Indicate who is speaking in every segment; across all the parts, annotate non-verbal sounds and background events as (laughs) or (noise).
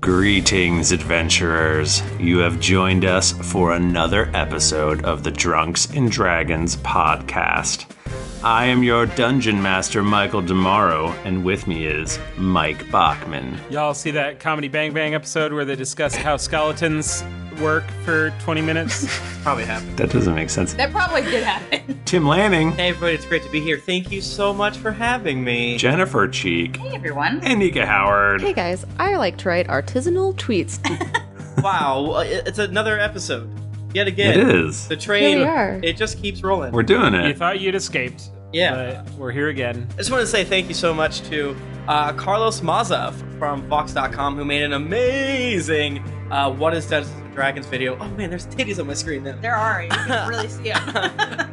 Speaker 1: Greetings, adventurers. You have joined us for another episode of the Drunks and Dragons podcast. I am your dungeon master, Michael Demaro, and with me is Mike Bachman.
Speaker 2: Y'all see that Comedy Bang Bang episode where they discuss how skeletons work for 20 minutes?
Speaker 3: (laughs) Probably happened.
Speaker 1: That doesn't make sense.
Speaker 4: That probably did happen.
Speaker 1: Tim Lanning,
Speaker 3: Hey everybody, it's great to be here. Thank you so much for having me.
Speaker 1: Jennifer Cheek,
Speaker 4: Hey everyone.
Speaker 1: and Nika Howard.
Speaker 5: Hey guys, I like to write artisanal tweets. (laughs)
Speaker 3: Wow, uh, it's another episode. Yet
Speaker 1: It
Speaker 3: again.
Speaker 1: is.
Speaker 3: The
Speaker 5: Here
Speaker 3: train,
Speaker 5: we are.
Speaker 3: it just keeps rolling.
Speaker 1: We're doing
Speaker 2: you
Speaker 1: it.
Speaker 2: thought you'd escaped.
Speaker 3: Yeah.
Speaker 2: But we're here again.
Speaker 3: I just want to say thank you so much to uh, Carlos Maza from Vox.com who made an amazing uh, What is Dungeons and Dragons video. Oh man, there's titties on my screen now.
Speaker 4: There are. You can really see them.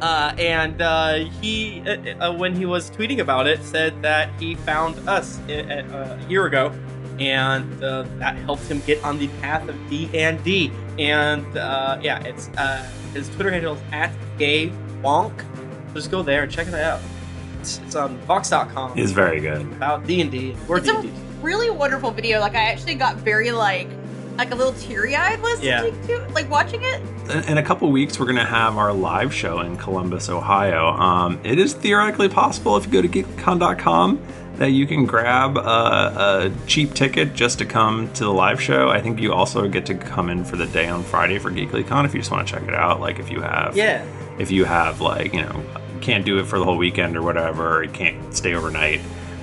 Speaker 3: uh, and uh, he, uh, uh, when he was tweeting about it, said that he found us a, a, a year ago, and uh, that helped him get on the path of D and D. And uh, yeah, it's uh, his Twitter handle is at gay wonk. Just go there and check it out. It's, it's on Vox.com.
Speaker 1: It's very good.
Speaker 3: about D and D. We're
Speaker 4: It's
Speaker 3: D
Speaker 4: a
Speaker 3: and D.
Speaker 4: really wonderful video. Like I actually got very like like a little teary eyed listening
Speaker 3: Yeah.
Speaker 4: to it, like watching it.
Speaker 1: In in a couple weeks, we're going to have our live show in Columbus, Ohio. Um, it is theoretically possible if you go to geekcon.com that you can grab a, a cheap ticket just to come to the live show. I think you also get to come in for the day on Friday for GeeklyCon if you just want to check it out. Like if you have,
Speaker 3: Yeah.
Speaker 1: if you have like you know can't do it for the whole weekend or whatever, or you can't stay overnight.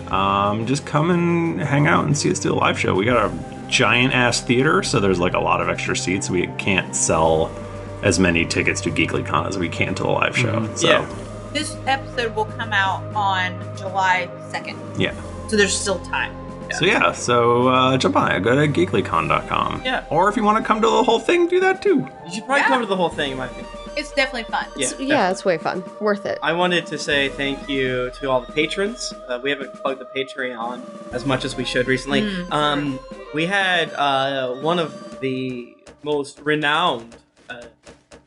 Speaker 1: Um, just come and hang out and see us do a live show. We got a giant ass theater, so there's like a lot of extra seats. We can't sell as many tickets to GeeklyCon as we can to the live show. So
Speaker 3: Yeah.
Speaker 4: This episode will come out on July second,
Speaker 1: yeah.
Speaker 4: so there's still time.
Speaker 1: So yeah, so uh, jump on it. Go to geeklycon.com.
Speaker 3: Yeah.
Speaker 1: Or if you want to come to the whole thing, do that too.
Speaker 3: You should probably
Speaker 4: Yeah.
Speaker 3: cover the whole thing, in my opinion.
Speaker 4: It's definitely fun.
Speaker 3: Yeah.
Speaker 5: It's- yeah, it's way fun. Worth it.
Speaker 3: I wanted to say thank you to all the patrons. Uh, we haven't plugged the Patreon as much as we should recently.
Speaker 4: Mm,
Speaker 3: um, we had uh, one of the most renowned uh,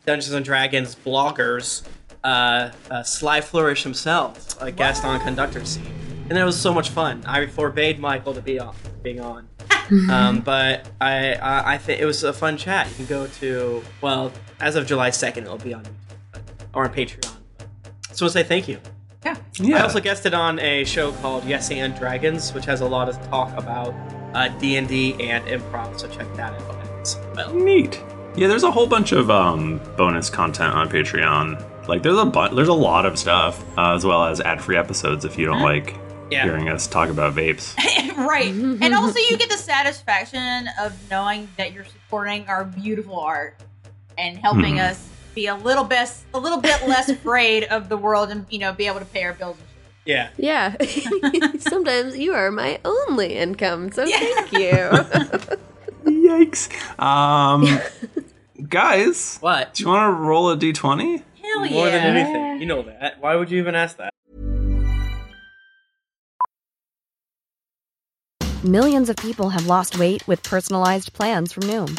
Speaker 3: Dungeons and Dragons bloggers, uh, uh, Sly Flourish himself, a guest on Conductor Scene. And that was so much fun. I forbade Michael to be on, being on. um, but I, I, I think it was a fun chat. You can go to, well, as of July 2nd, it'll be on YouTube but- or on Patreon. So I want to say thank you.
Speaker 4: Yeah.
Speaker 1: Yeah.
Speaker 3: I also guested on a show called Yes and Dragons, which has a lot of talk about uh, D&D and improv, so check that out as well.
Speaker 1: Neat. Yeah, there's a whole bunch of um, bonus content on Patreon. Like there's a bu- there's a lot of stuff, uh, as well as ad free episodes if you don't like
Speaker 3: Yeah.
Speaker 1: hearing us talk about vapes.
Speaker 4: (laughs) right.
Speaker 5: (laughs)
Speaker 4: and also you get the satisfaction of knowing that you're supporting our beautiful art and helping
Speaker 1: Mhm.
Speaker 4: us be a little best a little
Speaker 5: (laughs)
Speaker 4: bit less afraid of the world and you know be able to pay our bills and shit.
Speaker 3: Yeah.
Speaker 5: Yeah. (laughs) Sometimes you are my only income, so
Speaker 4: Yeah.
Speaker 5: thank you.
Speaker 1: Yikes.
Speaker 3: (laughs)
Speaker 1: Um, guys,
Speaker 3: What?
Speaker 1: do you want to roll a d20?
Speaker 4: Hell
Speaker 3: More
Speaker 4: yeah.
Speaker 3: than anything. You know that. Why would you even ask that?
Speaker 6: Millions of people have lost weight with personalized plans from Noom,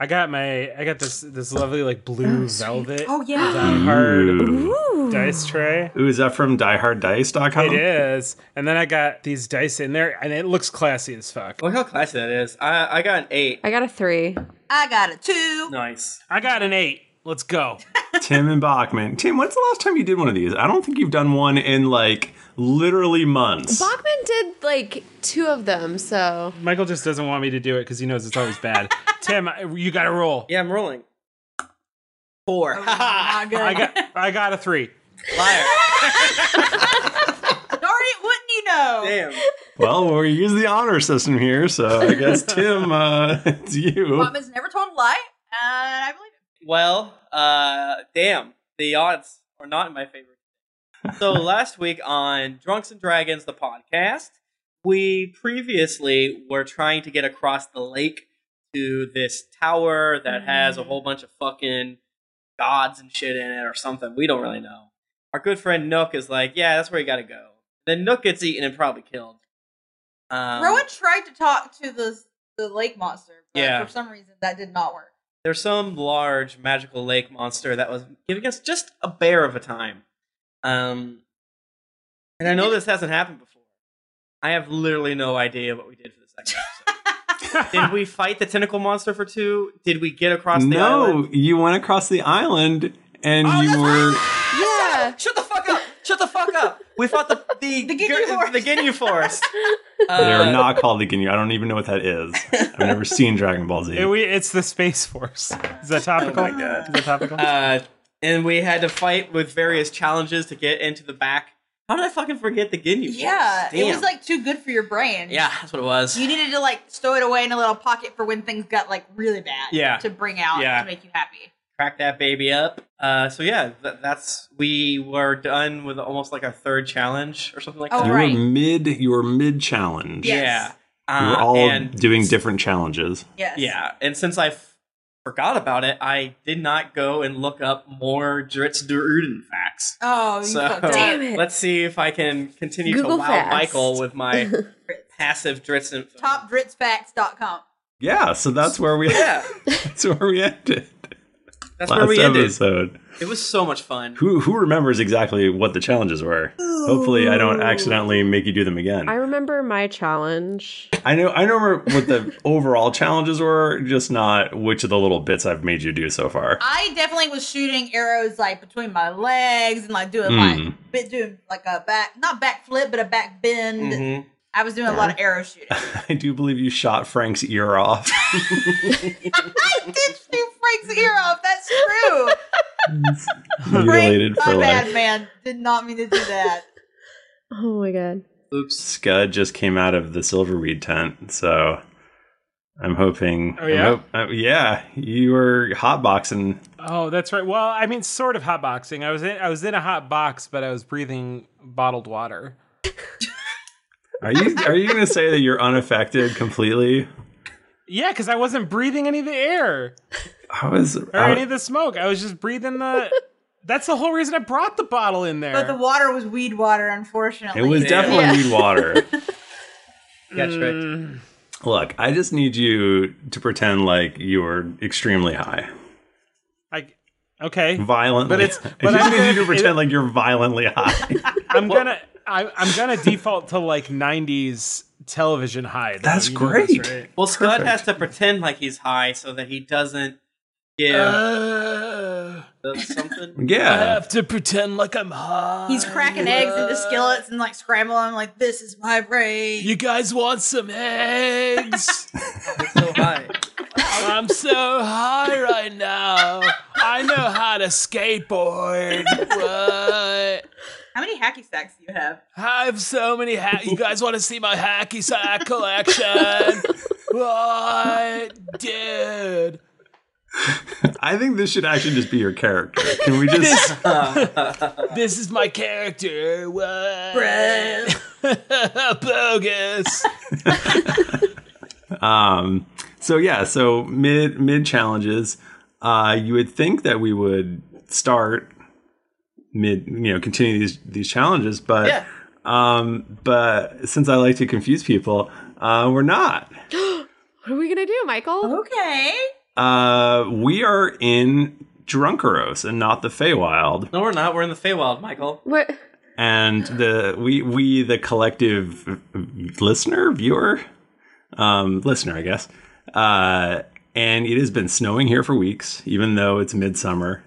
Speaker 2: I got my I got this this lovely like blue velvet
Speaker 4: Oh, yeah.
Speaker 2: Die Hard
Speaker 1: Ooh.
Speaker 2: dice tray.
Speaker 1: Ooh, is that from DieHardDice.com?
Speaker 2: It is. And then I got these dice in there and it looks classy as fuck.
Speaker 3: Look how classy that is. I I got an eight.
Speaker 5: I got a three.
Speaker 4: I got a two.
Speaker 3: Nice.
Speaker 2: I got an eight. Let's go.
Speaker 1: (laughs) Tim and Bachman. Tim, when's the last time you did one of these? I don't think you've done one in like literally months.
Speaker 5: Bachman did like two of them, so
Speaker 2: Michael just doesn't want me to do it because he knows it's always bad. Tim, I- you got to roll.
Speaker 3: Yeah, I'm rolling. Four.
Speaker 4: Not Oh, good.
Speaker 2: I
Speaker 4: (laughs)
Speaker 2: got I got
Speaker 3: (laughs)
Speaker 2: a three.
Speaker 3: Liar.
Speaker 4: Darn it, wouldn't you know?
Speaker 3: Damn.
Speaker 1: Well, we use the honor system here, so I
Speaker 3: (laughs)
Speaker 1: guess Tim, uh, it's you.
Speaker 4: Mom has never told a lie, and I believe it.
Speaker 3: Well, uh, damn. The odds are not in my favor. So last week on Drunks and Dragons, the podcast, we previously were trying to get across the lake to this tower that has a whole bunch of fucking gods and shit in it or something. We don't really know. Our good friend Nook is like, yeah, that's where you gotta go. Then Nook gets eaten and probably killed. Um,
Speaker 4: Rowan tried to talk to the the lake monster, but
Speaker 3: Yeah.
Speaker 4: for some reason that did not work.
Speaker 3: there's some large magical lake monster that was giving us just a bear of a time. Um, and I know this hasn't happened before. I have literally no idea what we did for the second episode. did we fight the tentacle monster for two? Did we get across the
Speaker 1: No,
Speaker 3: island?
Speaker 1: you went across the island and
Speaker 3: Oh, that's
Speaker 1: you were.
Speaker 5: Yeah.
Speaker 3: Shut the fuck up! Shut the fuck up! We fought the the
Speaker 4: (laughs) The Ginyu
Speaker 3: gir-
Speaker 4: Forest.
Speaker 3: The Ginyu Forest. Uh,
Speaker 1: They're not called the Ginyu. I don't even know what that is. I've never seen Dragon Ball Z.
Speaker 2: It- we- it's the Space Force. Is that
Speaker 3: Oh
Speaker 2: topical?
Speaker 1: my God.
Speaker 2: Is that topical?
Speaker 3: Uh, and we had to fight with various challenges to get into the back. How did I fucking forget the Ginyu? Forest?
Speaker 4: Yeah, it
Speaker 3: Damn.
Speaker 4: was like too good for your brain.
Speaker 3: yeah, that's what it was.
Speaker 4: You needed to like stow it away in a little pocket for when things got like really bad.
Speaker 3: Yeah.
Speaker 4: To bring out
Speaker 3: Yeah.
Speaker 4: to make you happy.
Speaker 3: crack that baby up. Uh, so yeah, th- that's we were done with almost like our third challenge or something like
Speaker 4: Oh,
Speaker 3: that.
Speaker 1: you
Speaker 4: right.
Speaker 1: were mid. You were mid challenge.
Speaker 4: Yeah. yes.
Speaker 3: Yeah,
Speaker 1: We were
Speaker 3: Uh,
Speaker 1: all
Speaker 3: and
Speaker 1: doing different challenges.
Speaker 4: Yes.
Speaker 3: yeah, and since I f- forgot about it, I did not go and look up more Dritz Duruden facts.
Speaker 4: Oh,
Speaker 3: (laughs)
Speaker 4: you
Speaker 3: So uh,
Speaker 4: fucked up.
Speaker 5: Damn it.
Speaker 3: let's see if I can continue
Speaker 5: Google
Speaker 3: to wow
Speaker 5: fast.
Speaker 3: Michael with
Speaker 4: (laughs)
Speaker 3: my passive Dritz info.
Speaker 4: Topdritzfacts.com.
Speaker 1: Yeah, so that's where we.
Speaker 3: Yeah,
Speaker 1: (laughs) that's where we (laughs) ended.
Speaker 3: that's
Speaker 1: last
Speaker 3: where we ended.
Speaker 1: episode.
Speaker 3: It was so much fun.
Speaker 1: Who who remembers exactly what the challenges were? Hopefully, I don't accidentally make you do them again.
Speaker 5: I remember my challenge.
Speaker 1: I know I remember what the (laughs) overall challenges were, just not which of the little bits I've made you do so far.
Speaker 4: I definitely was shooting arrows like between my legs and like doing
Speaker 1: Hmm.
Speaker 4: like bit doing like a back not back flip but a back bend.
Speaker 3: Mhm.
Speaker 4: I was doing a lot of arrow shooting. (laughs)
Speaker 1: I do believe you shot Frank's ear off. (laughs)
Speaker 4: I did shoot Frank's ear off. That's
Speaker 1: (laughs)
Speaker 4: true.
Speaker 1: mutilated
Speaker 4: Frank,
Speaker 1: for
Speaker 4: my bad,
Speaker 1: life.
Speaker 4: man. Did not mean to do that.
Speaker 5: (laughs) Oh my god.
Speaker 3: Oops.
Speaker 1: Scud just came out of the silverweed tent, so I'm hoping.
Speaker 2: Oh,
Speaker 1: I'm
Speaker 2: yeah?
Speaker 1: uh, yeah, you were hotboxing.
Speaker 2: oh, that's right. Well, I mean, sort of hotboxing. I was in I was in a hot box, but I was breathing bottled water.
Speaker 1: Are
Speaker 2: (laughs)
Speaker 1: you are you going to say that you're unaffected completely?
Speaker 2: Yeah, because I wasn't breathing any of the air
Speaker 1: I was.
Speaker 2: or
Speaker 1: I-
Speaker 2: any of the smoke. I was just
Speaker 1: (laughs)
Speaker 2: breathing the. That's the whole reason I brought the bottle in there.
Speaker 4: But the water was weed water, unfortunately.
Speaker 1: it was definitely
Speaker 5: Yeah.
Speaker 1: weed
Speaker 2: (laughs)
Speaker 1: water.
Speaker 3: Got tricked.
Speaker 1: Look, I just need you to pretend like you were extremely high.
Speaker 2: I, okay,
Speaker 1: violently.
Speaker 2: But it's-
Speaker 1: (laughs) I
Speaker 2: but
Speaker 1: just
Speaker 2: I'm
Speaker 1: need
Speaker 2: gonna-
Speaker 1: you to pretend
Speaker 2: it-
Speaker 1: like you're violently high.
Speaker 2: I'm gonna I, I'm gonna default to like '90s television high. though.
Speaker 1: That's
Speaker 2: know this,
Speaker 1: great.
Speaker 2: right?
Speaker 3: Well, Scott has to pretend like he's high so that he doesn't give
Speaker 7: (laughs)
Speaker 2: Uh,
Speaker 3: the something.
Speaker 2: I
Speaker 1: (laughs) yeah,
Speaker 2: have to pretend like I'm high.
Speaker 4: (laughs) He's cracking eggs into skillets and like scrambling. I'm like, this is my brain.
Speaker 2: You guys want some eggs?
Speaker 3: so high.
Speaker 2: I'm so high right now. I know how to skateboard. What?
Speaker 4: (laughs) How many hacky sacks you have.
Speaker 7: I have so many ha- You guys want to see my hacky sack collection? what, dude?
Speaker 1: I think this should actually just be your character.
Speaker 3: (laughs)
Speaker 1: Can we just?
Speaker 7: This is my character. What? (laughs) Bogus.
Speaker 1: um, so yeah, so mid mid challenges. Uh, you would think that we would start mid, you know, continue these these challenges, but
Speaker 3: Yeah.
Speaker 1: um, but since I like to confuse people, uh, we're not.
Speaker 5: what are we gonna do, Michael?
Speaker 4: Okay.
Speaker 1: Uh, we are in Drunkeros and not the Feywild.
Speaker 3: No, we're not. We're in the Feywild, Michael.
Speaker 5: What?
Speaker 1: and the we we the collective listener viewer um listener i guess uh and it has been snowing here for weeks even though it's midsummer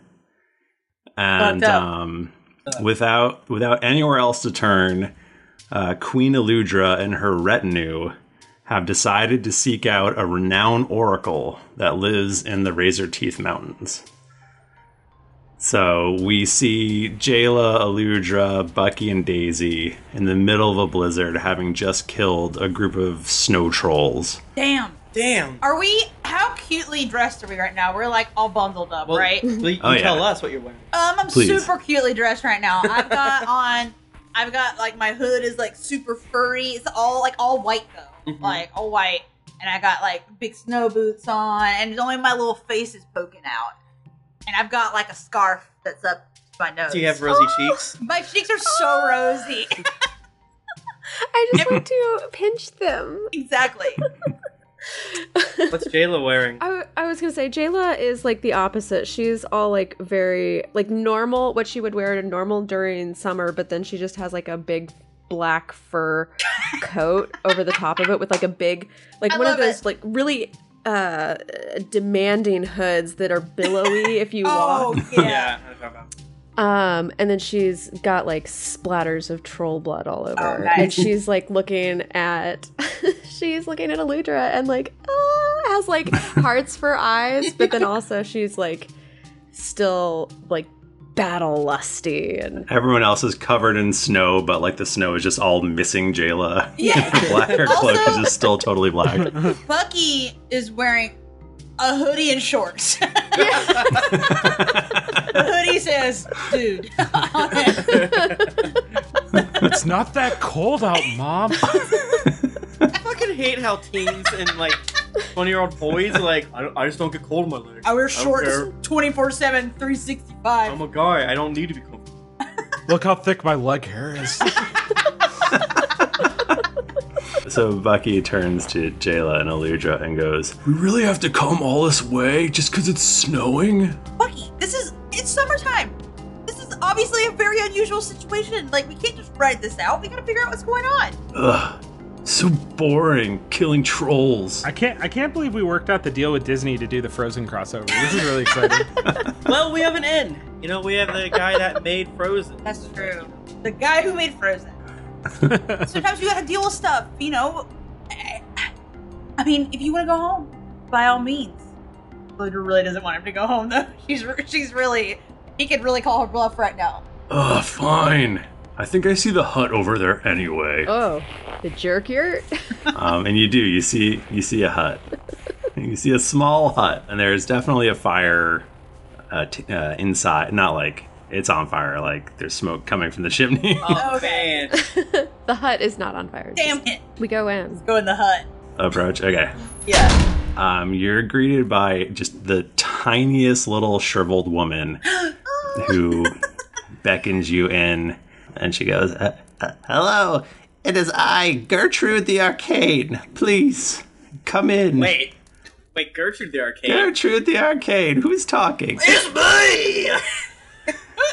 Speaker 1: and
Speaker 3: Fucked up.
Speaker 1: um without without anywhere else to turn uh queen eludra and her retinue have decided to seek out a renowned oracle that lives in the razor teeth mountains so we see Jayla, Aludra, Bucky, and Daisy in the middle of a blizzard having just killed a group of snow trolls.
Speaker 4: Damn.
Speaker 3: Damn.
Speaker 4: Are we? How cutely dressed are we right now? We're like all bundled up,
Speaker 3: Well,
Speaker 4: right?
Speaker 3: will you
Speaker 1: Oh, yeah.
Speaker 3: tell us what you're wearing.
Speaker 4: Um, I'm
Speaker 1: Please.
Speaker 4: super cutely dressed right now.
Speaker 3: (laughs)
Speaker 4: I've got on, I've got like my hood is like super furry. It's all like all white though,
Speaker 3: Mm-hmm.
Speaker 4: like all white. And I got like big snow boots on, and only my little face is poking out. And I've got like a scarf that's up to my nose. Oh,
Speaker 3: Do you have rosy cheeks?
Speaker 4: My cheeks are so rosy.
Speaker 3: (laughs)
Speaker 5: I just want to pinch them.
Speaker 4: Exactly.
Speaker 3: What's Jayla wearing?
Speaker 5: I, w- I was gonna say Jayla is like the opposite. She's all like very like normal, what she would wear in normal during summer, but then she just has like a big black
Speaker 4: (laughs)
Speaker 5: fur coat over the top of it with like a big like
Speaker 4: I
Speaker 5: one of
Speaker 4: love
Speaker 5: those like really uh demanding hoods that are billowy if you
Speaker 7: Oh,
Speaker 4: Oh,
Speaker 5: walk.
Speaker 3: yeah. I know what you're talking about.
Speaker 5: Um, and then she's got like splatters of troll blood all over,
Speaker 4: Oh, nice.
Speaker 5: and she's like looking at, (laughs) she's looking at Aludra and like ah, has like hearts for eyes, but then also she's like still like battle lusty and
Speaker 1: Everyone else is covered in snow, but like the snow is just all missing Jayla.
Speaker 4: Yeah.
Speaker 1: Her (laughs) black her cloak is
Speaker 4: Also-
Speaker 1: just still totally black.
Speaker 4: Bucky is wearing a hoodie
Speaker 3: (laughs)
Speaker 4: and shorts. (laughs) the hoodie says, "Dude."
Speaker 2: it's not that cold out,
Speaker 3: (laughs)
Speaker 2: Mom.
Speaker 3: I fucking hate how teens and
Speaker 4: (laughs)
Speaker 3: like 20 year old boys are like, I, don't- I just don't get cold in my legs.
Speaker 4: I wear
Speaker 3: don't
Speaker 4: shorts
Speaker 3: care.
Speaker 4: 24 7, 365.
Speaker 3: I'm a guy. I don't need to be cold.
Speaker 2: Look how thick my leg hair is.
Speaker 1: So Bucky turns to Jayla and Aludra and goes,
Speaker 7: We really have to come all this way just because it's snowing?
Speaker 4: This is, it's summertime. This is obviously a very unusual situation. Like, we can't just ride this out. We gotta figure out what's going on.
Speaker 1: Ugh, so boring, killing trolls.
Speaker 2: I can't. I can't believe we worked out the deal with Disney to do the Frozen crossover. This is really exciting.
Speaker 3: (laughs) Well, we have an end. You know, we have the guy that made Frozen.
Speaker 4: That's true. The guy who made Frozen. Sometimes you gotta deal with stuff, you know? I mean, if you wanna go home, by all means. Ludra really doesn't want him to go home, though. (laughs) She's, she's really, he could really call her bluff right now.
Speaker 1: Ugh, fine. I think I see the hut over there anyway.
Speaker 5: oh, the jerk yurt. (laughs)
Speaker 1: um, and you do you see you see a hut you see a small hut and there's definitely a fire uh, t- uh, inside not like it's on fire like there's smoke coming from the chimney (laughs)
Speaker 4: (laughs) Oh, man.
Speaker 5: the hut is not on fire.
Speaker 4: Damn it.
Speaker 5: We go in.
Speaker 4: Go in the hut.
Speaker 1: approach okay
Speaker 4: Yeah.
Speaker 1: um, you're greeted by just the tiniest little shriveled
Speaker 4: (gasps)
Speaker 1: woman who beckons you in and she goes uh, uh, hello it is i gertrude the arcane please come in
Speaker 3: Wait. Wait, Gertrude the Arcade.
Speaker 1: gertrude the arcane who's talking
Speaker 3: It's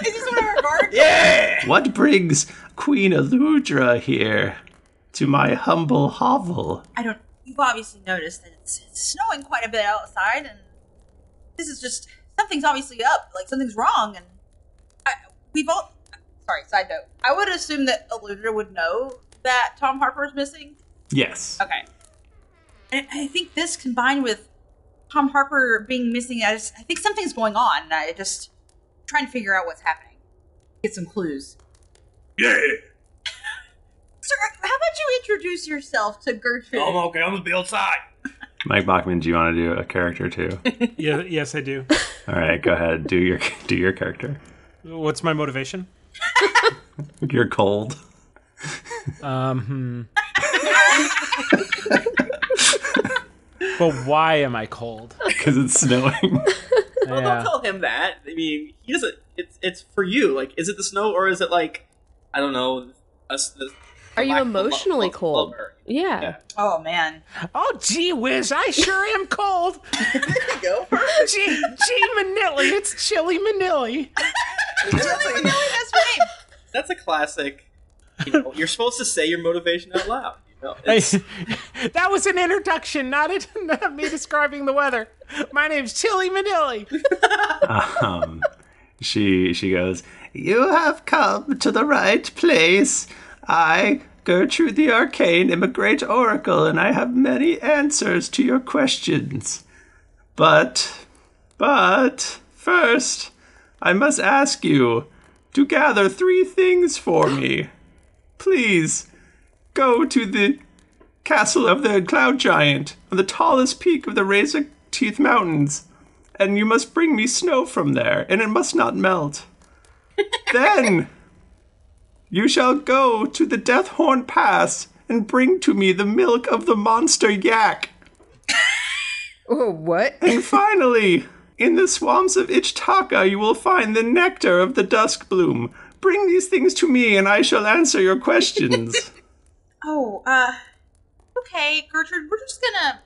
Speaker 4: Is this one of our guards?
Speaker 3: yeah!
Speaker 1: What brings Queen Eludra here to my humble hovel?
Speaker 4: I don't. You've obviously noticed that it's, it's snowing quite a bit outside, and this is just something's obviously up. Like something's wrong, and I, we've all. Sorry, side note. I would assume that Eludra would know that Tom Harper is missing.
Speaker 1: Yes.
Speaker 4: Okay. And I think this combined with Tom Harper being missing, I, just, I think something's going on. and I just trying to figure out what's happening, get some clues.
Speaker 8: Yeah.
Speaker 4: Sir, how about you introduce yourself to Gertrude?
Speaker 8: I'm okay. I'm gonna be outside.
Speaker 1: Mike Bachman, do you want to do a character
Speaker 4: (laughs)
Speaker 1: too?
Speaker 2: yeah, yes, I do.
Speaker 1: All right, go ahead. Do your do your character.
Speaker 2: What's my motivation?
Speaker 1: You're cold.
Speaker 2: Um, hmm. but why am I
Speaker 1: (laughs)
Speaker 2: cold?
Speaker 1: Because it's
Speaker 2: (laughs)
Speaker 1: snowing.
Speaker 3: Well, don't tell him that. I mean, he doesn't. It's it's for you. Like, is it the snow or is it like, I don't know, us? The,
Speaker 5: Are you emotionally cold? Yeah.
Speaker 4: Oh man.
Speaker 7: Oh gee whiz, I sure am cold. there you
Speaker 4: (laughs) go.
Speaker 7: Gee, gee Manilly, it's chilly Manilly.
Speaker 3: (laughs) That's a classic. You know, you're supposed to say your motivation out loud. You know, It's-
Speaker 7: (laughs) That was an introduction, not, it, (laughs) not me describing the weather. My name's Chili Manilly.
Speaker 1: Um, she she goes.
Speaker 9: You have come to the right place. I, Gertrude the Arcane, am a great oracle, and I have many answers to your questions. But, but, first, I must ask you to gather three things for me. Please, go to the castle of the Cloud Giant, on the tallest peak of the Razor Teeth Mountains, and you must bring me snow from there, and it must
Speaker 5: (laughs)
Speaker 9: not melt. then you shall go to the Deathhorn Pass and bring to me the milk of the monster yak.
Speaker 5: (laughs) oh, what?
Speaker 9: And finally, in the swamps of Ichtaka, you will find the nectar of the dusk bloom. Bring these things to me, and I shall answer
Speaker 5: (laughs)
Speaker 9: your questions.
Speaker 4: Oh, uh, okay, Gertrude, we're just gonna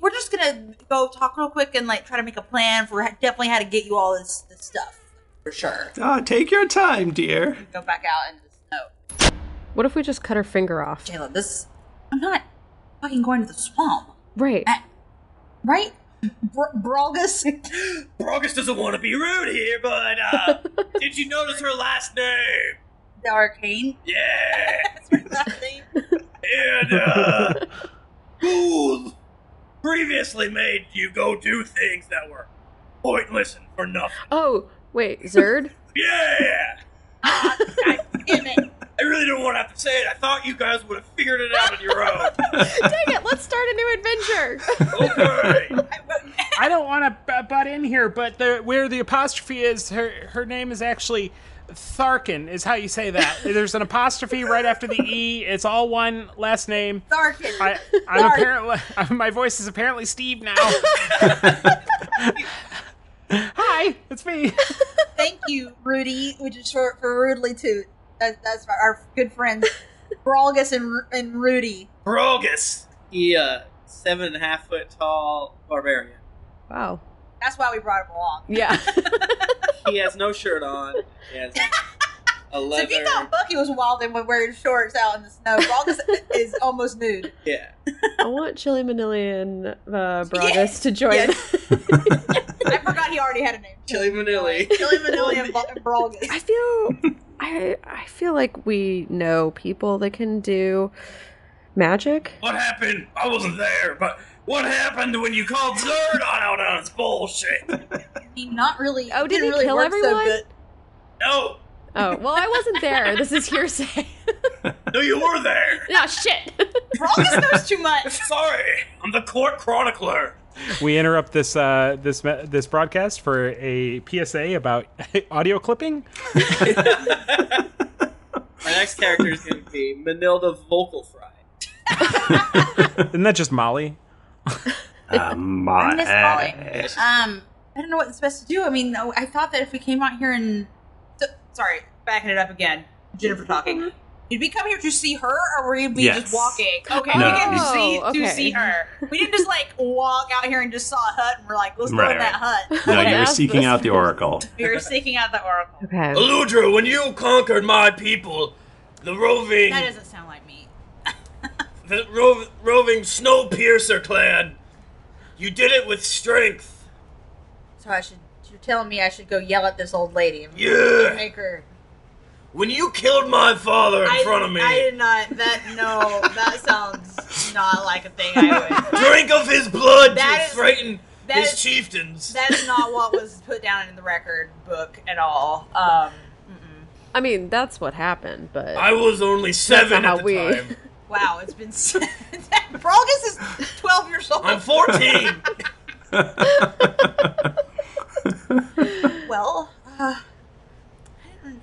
Speaker 4: we're just gonna go talk real quick and like try to make a plan for definitely how to get you all this, this stuff for sure.
Speaker 9: ah, take your time, dear.
Speaker 4: Go back out into the snow.
Speaker 5: What if we just cut her finger off?
Speaker 4: Jayla, this. I'm not fucking going to the swamp,
Speaker 5: Right.
Speaker 4: right? Br- (laughs) Brogus.
Speaker 8: Brogus doesn't want to be rude here, but
Speaker 5: (laughs)
Speaker 8: uh, did you notice her last name?
Speaker 4: The arcane.
Speaker 8: Yeah.
Speaker 5: (laughs)
Speaker 4: and
Speaker 8: uh, who previously made you go do things that were pointless and for nothing?
Speaker 5: Oh, wait, Zerd?
Speaker 4: (laughs)
Speaker 8: Yeah. I really didn't want to have to say it. I thought you guys would have figured it out on your own.
Speaker 5: Dang it, let's start a new adventure.
Speaker 2: I don't want to b- butt in here, but the, where the apostrophe is, her her name is actually Tharkin, is how you say
Speaker 4: (laughs)
Speaker 2: that. There's an apostrophe right after the e. It's all one last name.
Speaker 4: Tharkin.
Speaker 2: I, I'm apparently (laughs) my voice is apparently Steve now. Hi, it's me.
Speaker 4: Thank you, Rudy, which is short for rudely toot. That, that's our- our good friends, Brogus and, Ru- and Rudy.
Speaker 3: Brogus. He uh, seven and a half foot tall barbarian.
Speaker 5: Wow.
Speaker 4: That's why we brought him along.
Speaker 5: Yeah.
Speaker 3: He has no shirt on. He has a
Speaker 4: So if you
Speaker 3: leather.
Speaker 4: thought Bucky was wild and was wearing shorts out in the snow, Brogus (laughs) is almost nude.
Speaker 3: Yeah.
Speaker 5: I want Chili Manili and (laughs) uh, Bragas to join.
Speaker 4: I forgot he already had a name.
Speaker 3: Chili Manili.
Speaker 4: Chili Manili and, Bro- and Brogus.
Speaker 5: I feel I I feel like we know people that can do magic.
Speaker 8: What happened? I wasn't there, but what happened when you called Zerd on out on his bullshit?
Speaker 4: He not really.
Speaker 5: Oh, did
Speaker 4: didn't
Speaker 5: he
Speaker 4: really
Speaker 5: kill
Speaker 4: work so
Speaker 5: everyone?
Speaker 4: good.
Speaker 8: No.
Speaker 5: Oh well, I wasn't
Speaker 4: (laughs)
Speaker 5: there. This is hearsay.
Speaker 8: No, you were there.
Speaker 5: Ah, shit.
Speaker 4: Brogus knows too
Speaker 8: (laughs)
Speaker 4: much.
Speaker 8: Sorry, I'm the court chronicler.
Speaker 2: We interrupt this uh, this me- this broadcast for a PSA about (laughs) audio
Speaker 4: (laughs)
Speaker 2: clipping.
Speaker 3: My next character is going to be Manilda Vocal Fry.
Speaker 2: Isn't that just Molly?
Speaker 4: (laughs) I
Speaker 2: (laughs)
Speaker 4: miss Molly. Um, I don't know what it's best to do. I mean, I I thought that if we came out here and so, sorry, backing it up again,
Speaker 5: Mm-hmm.
Speaker 4: Jennifer talking. Did we come here to see her, or were we
Speaker 8: Yes.
Speaker 4: just walking? Okay,
Speaker 8: No.
Speaker 4: we didn't see
Speaker 5: Oh,
Speaker 4: to
Speaker 5: okay.
Speaker 4: see her. We didn't just like walk out here and just saw a hut and we're like, let's go
Speaker 1: Right,
Speaker 4: in that (laughs) hut.
Speaker 1: No, you were seeking
Speaker 4: (laughs)
Speaker 1: out the oracle.
Speaker 4: We were seeking out the oracle.
Speaker 5: Okay.
Speaker 8: Eludra, when you conquered my people, the roving
Speaker 4: That doesn't sound like me.
Speaker 8: the rov- roving Snowpiercer clan, you did it with strength.
Speaker 4: So I should. You're telling me I should go yell at this old lady and
Speaker 8: Yeah.
Speaker 4: make her.
Speaker 8: When you killed my father in
Speaker 4: I,
Speaker 8: front of me,
Speaker 4: I did not. That no. That sounds not like a thing I would.
Speaker 8: drink of his blood
Speaker 4: That
Speaker 8: to
Speaker 4: is-
Speaker 8: frighten
Speaker 4: that
Speaker 8: his
Speaker 4: is-
Speaker 8: chieftains. (laughs)
Speaker 4: That's not what was put down in the record book at all. Um, mm-mm.
Speaker 5: I mean, that's what happened, but
Speaker 8: I was only
Speaker 5: that's
Speaker 8: seven at
Speaker 5: not how
Speaker 8: the
Speaker 5: we-
Speaker 8: time.
Speaker 4: Wow, it's been. (laughs) Brogus is 12 years old.
Speaker 8: I'm
Speaker 4: (laughs)
Speaker 8: 14.
Speaker 5: (laughs)
Speaker 4: well, uh, I, don't,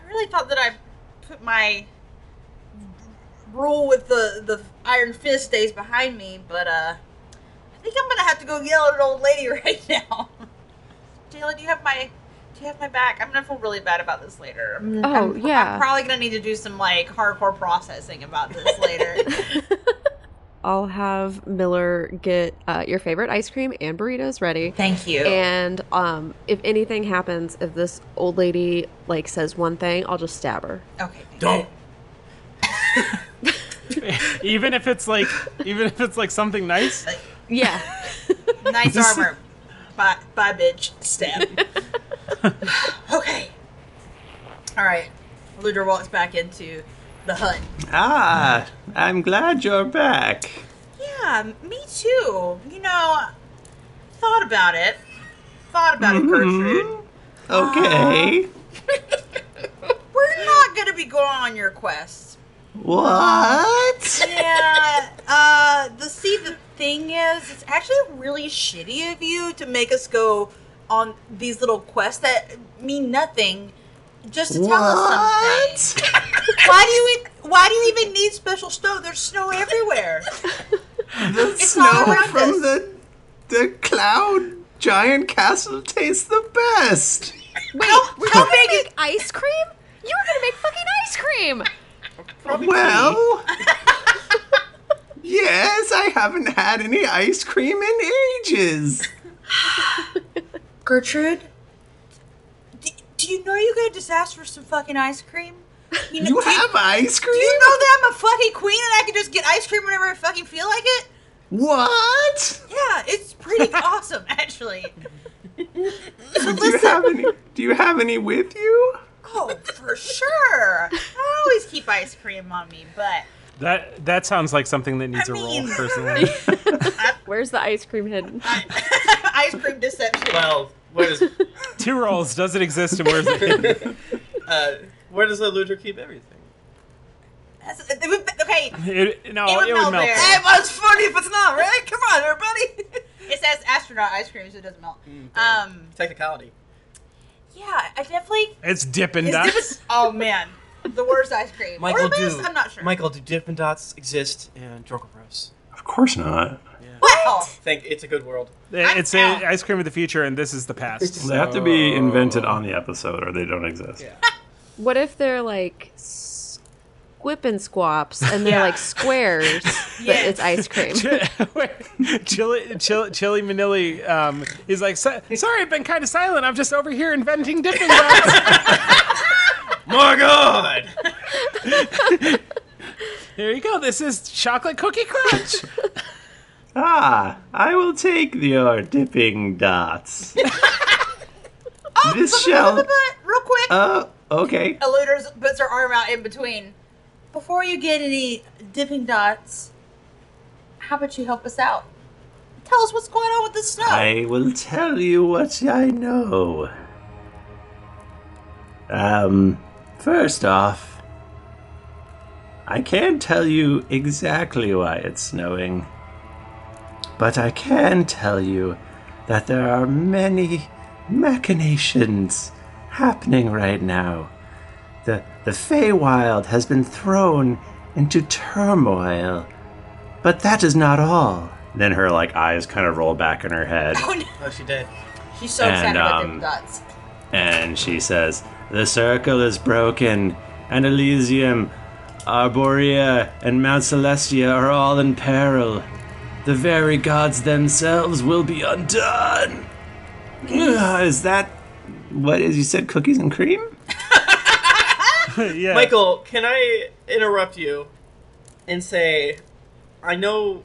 Speaker 4: I really thought that I put my rule with the, the iron fist days behind me, but uh, I think I'm gonna have to go yell at an old lady (laughs) right now. Jayla, do you have my do you have my back? I'm gonna feel really bad about this later. I'm,
Speaker 5: Oh,
Speaker 4: I'm-
Speaker 5: yeah.
Speaker 4: I'm probably gonna need to do some like hardcore processing about this later.
Speaker 5: (laughs) I'll have Miller get uh, your favorite ice cream and burritos ready.
Speaker 4: Thank you.
Speaker 5: And um, if anything happens, if this old lady like says one thing, I'll just stab her.
Speaker 4: Okay.
Speaker 8: Don't.
Speaker 2: (laughs) even if it's like, even if it's like something nice.
Speaker 5: Yeah.
Speaker 4: (laughs) nice armor. Bye, bye, bitch. Stab. okay. All right. Ludra walks back into the hut.
Speaker 9: (laughs) Ah, I'm glad you're back.
Speaker 4: Yeah, me too. You know, thought about it. Thought about it, Gertrude.
Speaker 9: Mm-hmm.
Speaker 4: Ah.
Speaker 9: Okay.
Speaker 4: We're not gonna be going on your quest.
Speaker 9: What?
Speaker 4: Yeah. Uh, the see the thing is, it's actually really shitty of you to make us go on these little quests that mean nothing, just to tell us something. (laughs) why do you? e- Why do you even need special snow? There's snow everywhere.
Speaker 9: The snow from the the cloud giant castle tastes the best.
Speaker 5: Wait, we're gonna make ice cream? You were gonna make fucking ice cream.
Speaker 9: Well, (laughs) yes, I haven't had any ice cream in ages.
Speaker 4: (sighs) Gertrude, Do you know you could have just asked for some fucking ice cream? You, know, do
Speaker 9: have ice
Speaker 4: Do you know that I'm a fucking queen and I can just get ice cream whenever I fucking feel like it?
Speaker 9: What?
Speaker 4: Yeah, it's pretty (laughs) awesome, actually. (laughs)
Speaker 9: Do you have any? Do you have any with you?
Speaker 4: Oh, for sure. I always keep ice cream on me, but
Speaker 2: That that sounds like something that needs a roll
Speaker 8: (laughs)
Speaker 2: personally.
Speaker 5: Where's the ice cream hidden?
Speaker 4: (laughs) ice cream deception.
Speaker 3: Well, where does
Speaker 2: Two rolls. Does it exist and where's
Speaker 8: (laughs)
Speaker 2: it?
Speaker 3: uh, where does Eludra keep everything?
Speaker 4: That's, it would, okay.
Speaker 2: It- no, it would melt
Speaker 4: there.
Speaker 2: there.
Speaker 4: It was funny, if it's not, right? Come on, everybody. it says astronaut ice cream, so it doesn't melt.
Speaker 8: Hmm.
Speaker 4: Um,
Speaker 3: Technicality.
Speaker 4: yeah, I definitely.
Speaker 2: It's Dippin'
Speaker 4: Is
Speaker 2: Dots.
Speaker 4: Dippin- oh man, the worst ice cream.
Speaker 3: (laughs)
Speaker 4: or
Speaker 3: Michael,
Speaker 4: the best?
Speaker 3: do
Speaker 4: I'm not sure.
Speaker 3: Michael, do Dippin' Dots exist in Jorgle Bros?
Speaker 1: Of course not.
Speaker 4: What?
Speaker 3: Think it's a good world.
Speaker 2: It's a, ice cream of the future, and this is the past.
Speaker 1: They have to be invented on the episode, or they don't exist.
Speaker 5: What if they're like squip and squaps and they're like squares, but it's ice cream?
Speaker 4: (laughs)
Speaker 2: (laughs) Chili, Chili, Chili Manili um, is like, "So- sorry, I've been kind of silent. I'm just over here
Speaker 8: (laughs)
Speaker 2: inventing dipping dots.
Speaker 8: My
Speaker 1: (laughs)
Speaker 2: (laughs)
Speaker 8: God!
Speaker 2: there you go. This is chocolate cookie crunch. (laughs)
Speaker 9: Ah, I will take your dipping dots. (laughs) this shall.
Speaker 4: But real quick,
Speaker 9: Uh, okay.
Speaker 4: Eluders puts her arm out in between. Before you get any dipping dots, how about you help us out? Tell us what's going on with the snow.
Speaker 9: I will tell you what I know. (laughs) Um, first off, I can't tell you exactly why it's snowing, but I can tell you that there are many machinations happening right now. The, the Feywild has been thrown into turmoil, but that is not all.
Speaker 1: Then her like eyes kind of roll back in her head,
Speaker 3: Oh, she did.
Speaker 4: She's so
Speaker 1: And,
Speaker 4: excited about
Speaker 1: um,
Speaker 4: dipping dots.
Speaker 1: and she says, "The circle is broken, and Elysium, Arborea, and Mount Celestia are all in peril. The very gods themselves will be undone."
Speaker 9: Ugh, Ah, is that what is you said? Cookies and cream?
Speaker 4: (laughs)
Speaker 2: yeah.
Speaker 3: Michael, can I interrupt you and say, I know,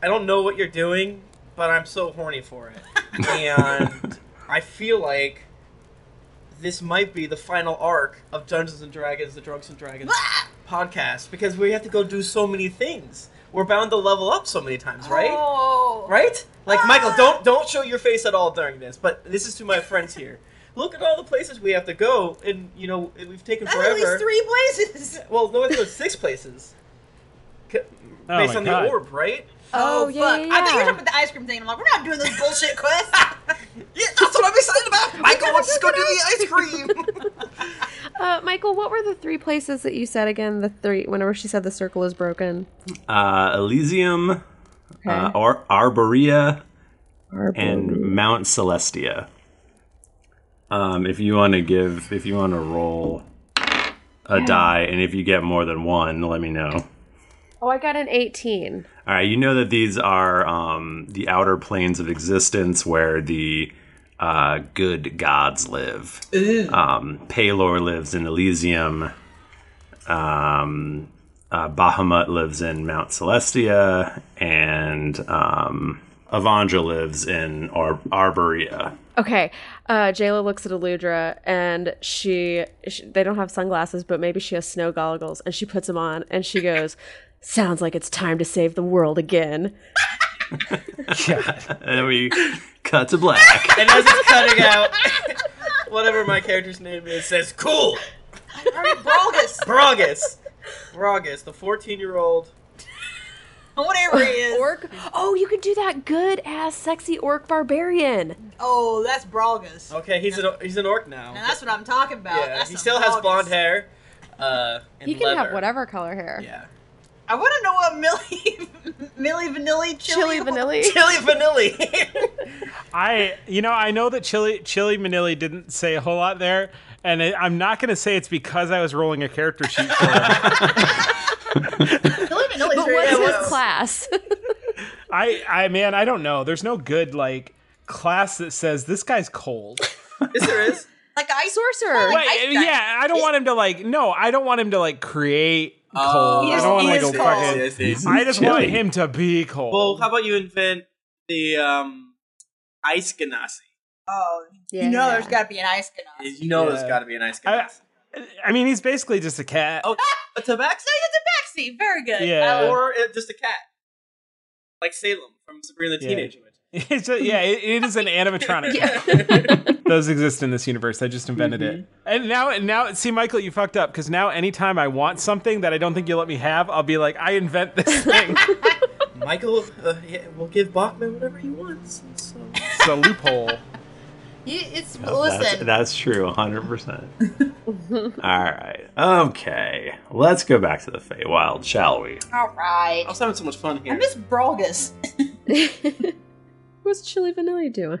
Speaker 3: I don't know what you're doing, but I'm so horny for it, and I feel like this might be the final arc of Dungeons and Dragons, the Drunks and Dragons
Speaker 4: Ah!
Speaker 3: podcast, because we have to go do so many things. We're bound to level up so many times, right?
Speaker 4: Oh. Ah!
Speaker 3: Right? Like Michael, don't don't show your face at all during this, but this is to my friends here.
Speaker 9: look at all the places we have to go, and you know we've taken
Speaker 4: That's at
Speaker 9: forever.
Speaker 4: least three places.
Speaker 9: Well, no, it's six places. C-
Speaker 4: Oh
Speaker 9: based
Speaker 4: my
Speaker 9: on
Speaker 4: God.
Speaker 9: the orb,
Speaker 4: (laughs)
Speaker 9: right?
Speaker 4: Oh,
Speaker 9: yeah,
Speaker 4: fuck.
Speaker 9: yeah,
Speaker 4: I thought you were
Speaker 9: yeah.
Speaker 4: talking about the ice cream thing. I'm like, we're not doing those bullshit quests. (laughs) yeah, that's what I'm excited (laughs) about. Michael wants to go do the ice cream.
Speaker 5: Uh, Michael, what were the three places that you said again? The three, whenever she said the circle is broken.
Speaker 1: Uh, Elysium, uh,
Speaker 5: Okay.
Speaker 1: Ar- Arborea, and Mount Celestia. Um, if you want to give, if you want to roll a die, and if you get more than one, let me know.
Speaker 5: Oh, I got an 18.
Speaker 1: All right, you know that these are um, the outer planes of existence where the uh, good gods live.
Speaker 9: Ew.
Speaker 1: Um, Palor lives in Elysium. Um, uh, Bahamut lives in Mount Celestia, and um, Avandra lives in Ar- Arborea.
Speaker 5: Okay. Uh, Jayla looks at Eludra and she, she, they don't have sunglasses, but maybe she has snow goggles and she puts them on and she goes, Sounds like it's time to save the world again.
Speaker 9: (laughs)
Speaker 1: and then we cut to black.
Speaker 9: And as it's cutting out, (laughs) whatever my character's name is, says, "Cool,
Speaker 4: Brogus.
Speaker 9: Bragus, Bragus, the fourteen-year-old."
Speaker 4: Oh, Whatever he is.
Speaker 5: (laughs) Orc. Oh, you could do that good ass sexy orc barbarian.
Speaker 4: Oh, that's Bragas.
Speaker 9: Okay, he's an he's an orc now.
Speaker 4: Now that's what I'm talking about.
Speaker 9: yeah,
Speaker 4: that's
Speaker 9: he
Speaker 4: some
Speaker 9: still has
Speaker 4: Bragas.
Speaker 9: blonde hair. Uh, and
Speaker 5: You can have
Speaker 9: leather.
Speaker 5: whatever color hair.
Speaker 9: Yeah.
Speaker 4: I want to know what Millie, (laughs) Millie Vanilli, Chili,
Speaker 5: Chili
Speaker 4: (laughs)
Speaker 5: Vanilli.
Speaker 4: Chili
Speaker 9: Vanilli.
Speaker 2: (laughs) I, you know, I know that Chili Chili Manili didn't say a whole lot there, and I I'm not going to say it's because I was rolling a character sheet for
Speaker 9: (laughs)
Speaker 2: him.
Speaker 4: Chili Vanilli's
Speaker 5: But
Speaker 4: very
Speaker 5: what's
Speaker 4: good.
Speaker 5: his class? (laughs)
Speaker 2: I, I, man, I don't know. There's no good like class that says this guy's cold.
Speaker 4: Like ice
Speaker 5: sorcerer.
Speaker 2: Wait, yeah, I don't want him to like. No, I don't want him to like create
Speaker 9: Oh,
Speaker 2: cold. I
Speaker 9: yes,
Speaker 2: don't want
Speaker 9: he
Speaker 2: like
Speaker 9: is
Speaker 2: a
Speaker 9: cold. Yes, yes,
Speaker 2: fucking. I just want
Speaker 9: chilly.
Speaker 2: him to be cold.
Speaker 9: Well, how about you invent the um, ice ganassi?
Speaker 4: Oh,
Speaker 5: Yeah.
Speaker 4: you know there's got to be an ice canal.
Speaker 9: You know, there's
Speaker 2: Yeah.
Speaker 9: got to be an ice
Speaker 2: I,
Speaker 9: ganassi.
Speaker 2: I mean, he's basically just a cat.
Speaker 9: Oh, a tabaxi.
Speaker 4: So he's a backseat. Very good.
Speaker 2: Yeah.
Speaker 4: I love
Speaker 9: or uh, just a cat, like Salem from Sabrina the
Speaker 2: Yeah.
Speaker 9: Teenage Witch.
Speaker 2: It's a- yeah, it, it is an animatronic. Those exist in this universe. I just invented
Speaker 9: Mm-hmm.
Speaker 2: it. (laughs) And now, and now, see, Michael, you fucked up because now, anytime I want something that I don't think you'll let me have, I'll be like, I invent this thing.
Speaker 9: Michael uh, yeah, will give Bachman whatever he wants. and
Speaker 4: (laughs)
Speaker 9: So.
Speaker 2: it's a loophole.
Speaker 4: You, it's
Speaker 1: That's,
Speaker 9: (laughs)
Speaker 4: listen.
Speaker 1: that's true, 100%. All right. Okay. Let's go back to the Feywild, shall we?
Speaker 4: All right. I
Speaker 9: was having so much fun here.
Speaker 4: I miss Brogus.
Speaker 5: (laughs) What's Chili Vanilla
Speaker 4: (laughs)
Speaker 5: doing?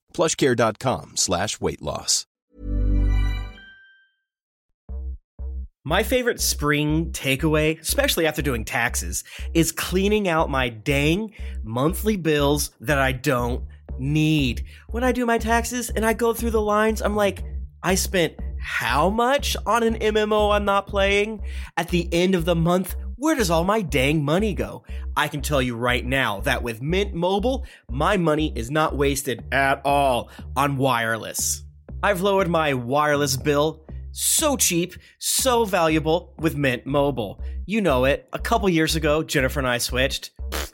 Speaker 10: plushcare.com slash weight loss.
Speaker 3: My favorite spring takeaway, especially after doing taxes, is cleaning out my dang monthly bills that I don't need. When I do my taxes and I go through the lines, I'm like, I spent how much on an MMO I'm not playing? At the end of the month, where does all my dang money go? I can tell you right now that with Mint Mobile, my money is not wasted at all on wireless. I've lowered my wireless bill. So cheap, so valuable with Mint Mobile. You know it. A couple years ago, Jennifer and I switched. Pfft,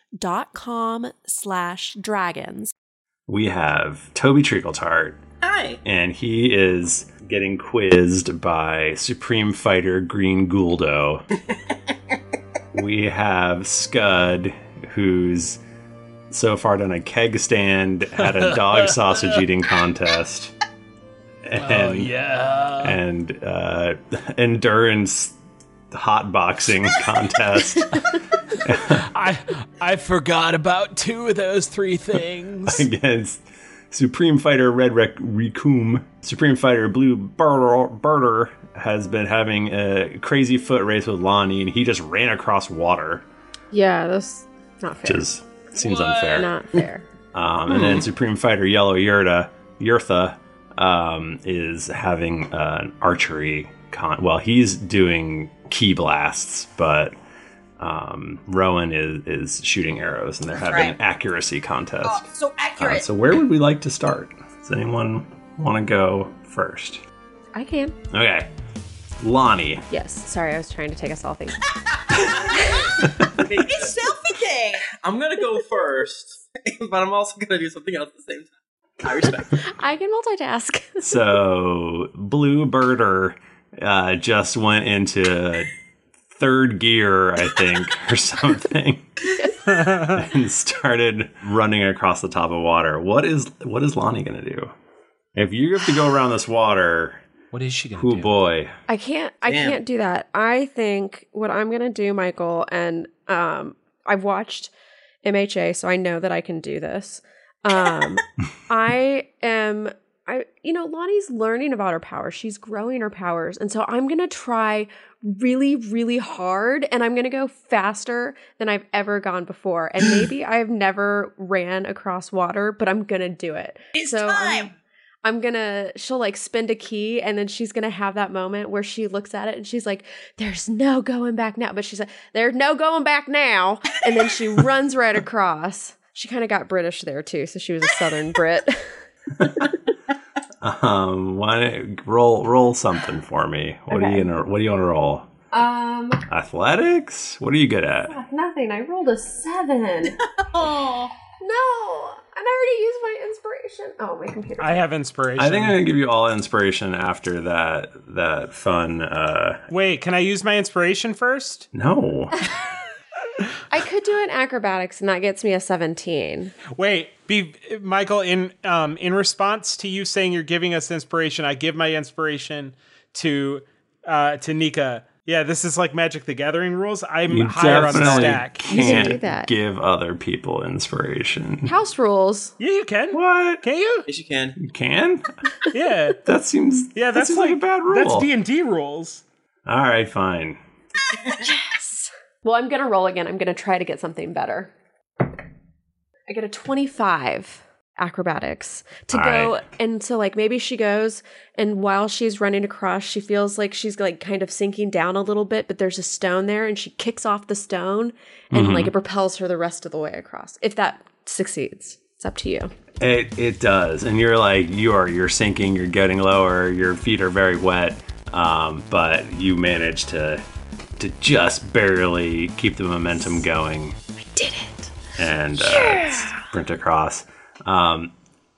Speaker 11: slash dragons.
Speaker 1: We have Toby Treacletart. Hi. And he is getting quizzed by Supreme Fighter Green Guldo. we have Scud, who's so far done a keg stand, had a dog sausage eating contest, and
Speaker 7: oh yeah.
Speaker 1: and uh, (laughs) endurance hot boxing contest.
Speaker 7: I I forgot about two of those
Speaker 1: (laughs)
Speaker 7: three things.
Speaker 1: against Supreme Fighter Red Rec- Raccoon. Supreme Fighter Blue Burter, Burter has been having a crazy foot race with Lonnie, and he just ran across water,
Speaker 5: Yeah, that's not
Speaker 1: which
Speaker 5: fair.
Speaker 1: is seems unfair.
Speaker 5: Not fair.
Speaker 1: Um, and then
Speaker 5: Hmm.
Speaker 1: Supreme Fighter Yellow Yurta, Yurtha um, is having uh, an archery con. Well, he's doing key blasts, but um, Rowan is, is shooting arrows, and they're having
Speaker 12: right.
Speaker 1: an accuracy contest.
Speaker 12: Oh, so accurate.
Speaker 1: Uh, so, where would we like to start? Does anyone want to go first?
Speaker 5: I can.
Speaker 1: Okay. Lonnie.
Speaker 5: Yes. Sorry, I was trying to take a selfie.
Speaker 12: it's selfie day.
Speaker 13: I'm gonna go first, (laughs) but I'm also gonna do something else at the same time. I respect.
Speaker 5: I can multitask.
Speaker 1: So Blue Birder uh, just went into third gear, I think, (laughs) or
Speaker 7: (laughs)
Speaker 1: something, and started running across the top of water. What is what is Lonnie gonna do? If you have to go around this water,
Speaker 7: what is she gonna
Speaker 1: do? Oh boy,
Speaker 5: I can't. I
Speaker 1: Damn.
Speaker 5: can't do that. I think what I'm gonna do, Michael, and um, I've watched MHA, so I know that I can do this. Um, I am. I you know, Lonnie's learning about her powers. She's growing her powers. And so I'm going to try really really hard and I'm going to go faster than I've ever gone before. And maybe I've never ran across water, but I'm going to do it.
Speaker 4: It's
Speaker 5: so I'm-
Speaker 4: time.
Speaker 5: I'm gonna, she'll like spend a key and then she's gonna have that moment where she looks at it and she's like, there's no going back now. But she's like, there's no going back now. And then
Speaker 4: (laughs)
Speaker 5: she runs right across. She kind of got British there too. So she was a Southern
Speaker 4: (laughs)
Speaker 5: Brit.
Speaker 1: Um, why don't, roll roll something for me? What are
Speaker 5: Okay.
Speaker 1: you gonna What do you want to roll?
Speaker 5: Um,
Speaker 1: Athletics? What are you good at?
Speaker 5: nothing. I rolled a
Speaker 4: (laughs)
Speaker 5: seven. Oh. No, and I already used my inspiration. Oh, my computer.
Speaker 2: I have inspiration.
Speaker 1: I think I'm gonna give you all inspiration after that that fun. uh
Speaker 2: Wait, can I use my inspiration first?
Speaker 1: No.
Speaker 5: I could do an acrobatics, and that gets me a seventeen.
Speaker 2: Wait, be Michael. In um, in response to you saying you're giving us inspiration, I give my inspiration to uh, to Nika. Yeah, this is like Magic the Gathering rules. I'm
Speaker 1: You
Speaker 2: higher on the
Speaker 1: definitely
Speaker 2: stack.
Speaker 1: Can't
Speaker 5: do that.
Speaker 1: give other people inspiration.
Speaker 5: House rules.
Speaker 2: Yeah, you can.
Speaker 1: What?
Speaker 2: Can you?
Speaker 3: Yes, you can.
Speaker 1: You can?
Speaker 2: Yeah.
Speaker 1: (laughs) that seems.
Speaker 2: Yeah,
Speaker 1: that
Speaker 2: that's
Speaker 1: seems
Speaker 2: like,
Speaker 1: like a bad rule.
Speaker 2: That's D and D rules.
Speaker 1: All right, fine.
Speaker 5: yes. Well, I'm gonna roll again. I'm gonna try to get something better. I get a twenty-five acrobatics to
Speaker 14: All
Speaker 5: go,
Speaker 14: right.
Speaker 5: and so like maybe she goes, and while she's running across, she feels like she's like kind of sinking down a little bit, but there's a stone there, and she kicks off the stone, and
Speaker 1: Mhm.
Speaker 5: like it propels her the rest of the way across. If that succeeds, it's up to you.
Speaker 1: It it does, and you're like you are. You're sinking. You're getting lower. Your feet are very wet, um, but you manage to to just barely keep the momentum going. I
Speaker 5: did
Speaker 1: it. And uh, sprint across. Um,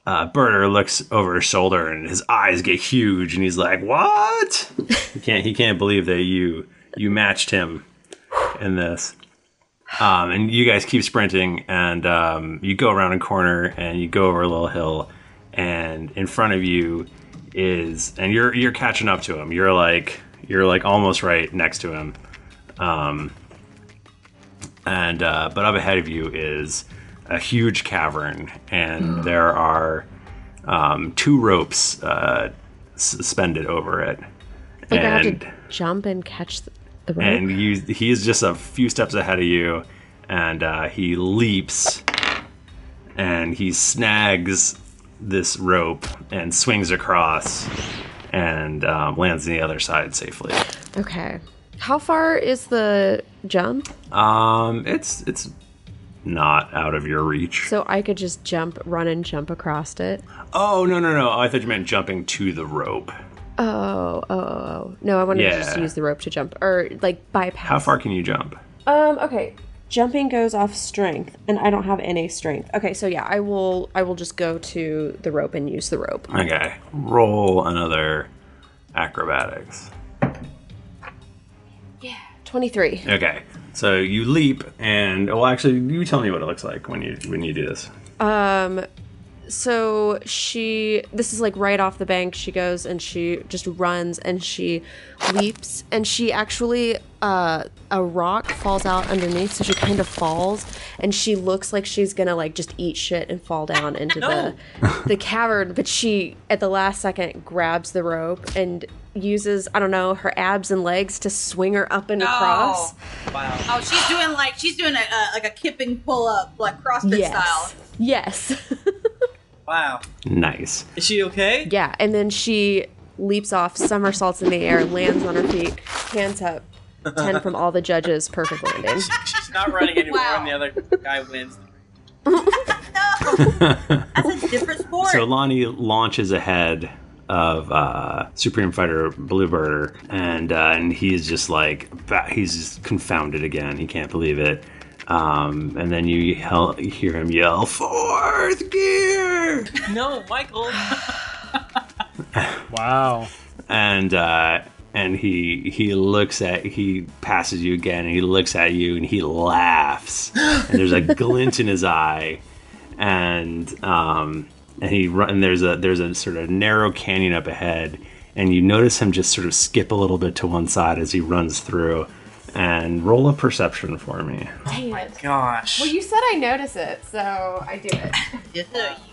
Speaker 1: uh, Berter looks over his shoulder, and his eyes get huge, and he's like, "What?" he can't. He can't believe that you you matched him in this. Um, and you guys keep sprinting, and um, you go around a corner, and you go over a little hill, and in front of you is, and you're you're catching up to him. You're like you're like almost right next to him, um, and uh, but up ahead of you is a huge cavern, and there are um, two ropes uh, suspended over it,
Speaker 5: Like I have
Speaker 1: and
Speaker 5: to jump and catch the, the rope.
Speaker 1: and you, he's just a few steps ahead of you, and uh, he leaps and he snags this rope and swings across and um, lands on the other side safely.
Speaker 5: okay. How far is the jump?
Speaker 1: Um, it's it's not out of your reach.
Speaker 5: So I could just jump, run, and jump across it.
Speaker 1: Oh no no no! I thought you meant jumping to the rope.
Speaker 5: Oh, oh, oh, oh. no! I wanted to just
Speaker 1: Yeah.
Speaker 5: use the rope to jump or like bypass.
Speaker 1: How far can you jump?
Speaker 5: Um. Okay. Jumping goes off strength, and I don't have any strength. Okay, so yeah, I will. I will just go to the rope and use the rope.
Speaker 1: Okay, roll another acrobatics.
Speaker 5: Twenty-three.
Speaker 1: Okay, so you leap and well, actually, you tell me what it looks like when you when you do this.
Speaker 5: Um. So she. This is like right off the bank. She goes and she just runs and she leaps and she actually. Uh, a rock falls out underneath, so she kind of falls, and she looks like she's gonna like just eat shit and fall down into the (laughs) the cavern, but she, at the last second, grabs the rope and uses, I don't know, her abs and legs to swing her up and
Speaker 4: No.
Speaker 5: across.
Speaker 4: Oh, she's doing like she's doing a, a like a kipping pull up, like CrossFit
Speaker 5: Yes.
Speaker 4: style.
Speaker 5: Yes.
Speaker 3: Wow.
Speaker 1: Nice.
Speaker 3: Is she okay?
Speaker 5: Yeah, and then she leaps off, somersaults in the air, lands on her feet, hands up, 10 from all the judges, perfect landing.
Speaker 3: She's
Speaker 5: (laughs)
Speaker 3: not running anymore, and the other guy
Speaker 5: (gasps)
Speaker 3: wins.
Speaker 4: That's a different sport.
Speaker 1: So Lonnie launches ahead of uh, Supreme Fighter Bluebirder, and uh, and he's just like ba- he's just confounded again. He can't believe it. Um, and then you yell, you hear him yell fourth gear.
Speaker 3: No, Michael.
Speaker 9: (laughs)
Speaker 2: Wow.
Speaker 1: And uh, and he he looks at he passes you again, and he looks at you, and he laughs. And there's a glint in his eye, and um, and he run, and there's a there's a sort of narrow canyon up ahead, and you notice him just sort of skip a little bit to one side as he runs through. And roll a perception for me.
Speaker 5: Dang it.
Speaker 1: Gosh.
Speaker 5: you said I notice it, so I do it.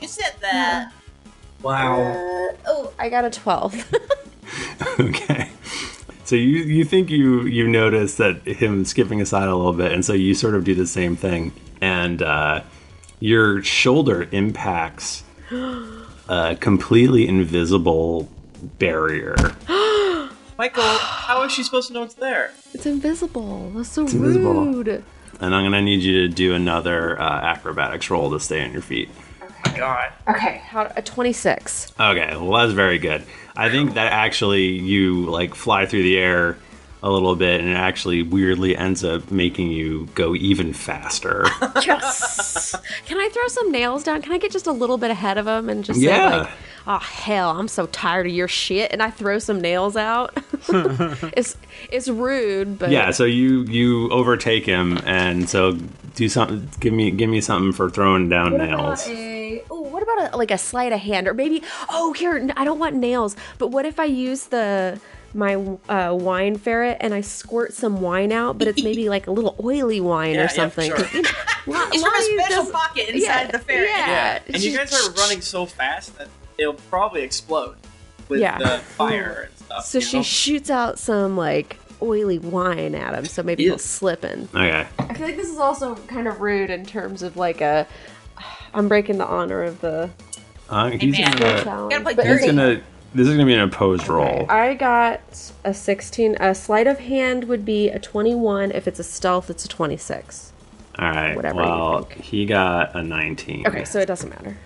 Speaker 4: you said that.
Speaker 3: Wow.
Speaker 5: Uh, oh, I got a (laughs) 12.
Speaker 1: So you you think you you notice that him skipping aside a little bit, and so you sort of do the same thing, and uh, your shoulder impacts a completely invisible barrier.
Speaker 3: Michael, how is she supposed to know it's there?
Speaker 5: it's invisible. That's so
Speaker 1: It's invisible.
Speaker 5: rude.
Speaker 1: And I'm gonna need you to do another uh, acrobatics roll to stay on your feet.
Speaker 3: God.
Speaker 5: Okay, how, a 26.
Speaker 1: Okay, well that's very good. I think that actually you like fly through the air a little bit, and it actually weirdly ends up making you go even faster. (laughs)
Speaker 5: Yes. Can I throw some nails down? Can I get just a little bit ahead of him and just say,
Speaker 1: yeah.
Speaker 5: like, oh, hell, I'm so tired of your shit? And I throw some nails
Speaker 1: (laughs)
Speaker 5: out. it's it's rude, but.
Speaker 1: yeah, so you you overtake him, and so do something. Give me give me something for throwing down
Speaker 5: What
Speaker 1: nails.
Speaker 5: about a oh, what about a, like a sleight of hand or maybe oh here n- I don't want nails, but what if I use the my uh, wine ferret and I squirt some wine out, but (laughs) it's maybe like a little oily wine
Speaker 3: Yeah, yeah,
Speaker 5: or
Speaker 3: for
Speaker 5: something.
Speaker 3: sure.
Speaker 5: 'Cause, (laughs) you know, Lo-
Speaker 4: It's from a
Speaker 5: Lonnie
Speaker 4: special
Speaker 5: does-
Speaker 4: pocket inside
Speaker 5: yeah,
Speaker 4: the ferret.
Speaker 5: Yeah,
Speaker 3: And you guys are running so fast that it'll probably explode with
Speaker 5: Yeah.
Speaker 3: the fire and stuff.
Speaker 5: So
Speaker 3: you
Speaker 5: she
Speaker 3: know?
Speaker 5: shoots out some like oily wine at him, so maybe he'll slip in.
Speaker 1: Okay.
Speaker 5: I feel like this is also kind of rude in terms of like a (sighs) I'm breaking the honor of the
Speaker 1: Uh, he's
Speaker 5: man.
Speaker 1: gonna,
Speaker 5: Gotta play
Speaker 1: he's
Speaker 5: dirty.
Speaker 1: gonna. This is gonna be an opposed roll.
Speaker 5: I got a 16. A sleight of hand would be a 21. If it's a stealth, it's a 26.
Speaker 1: All right.
Speaker 5: Whatever you
Speaker 1: well, he got a 19.
Speaker 5: Okay, so it doesn't matter.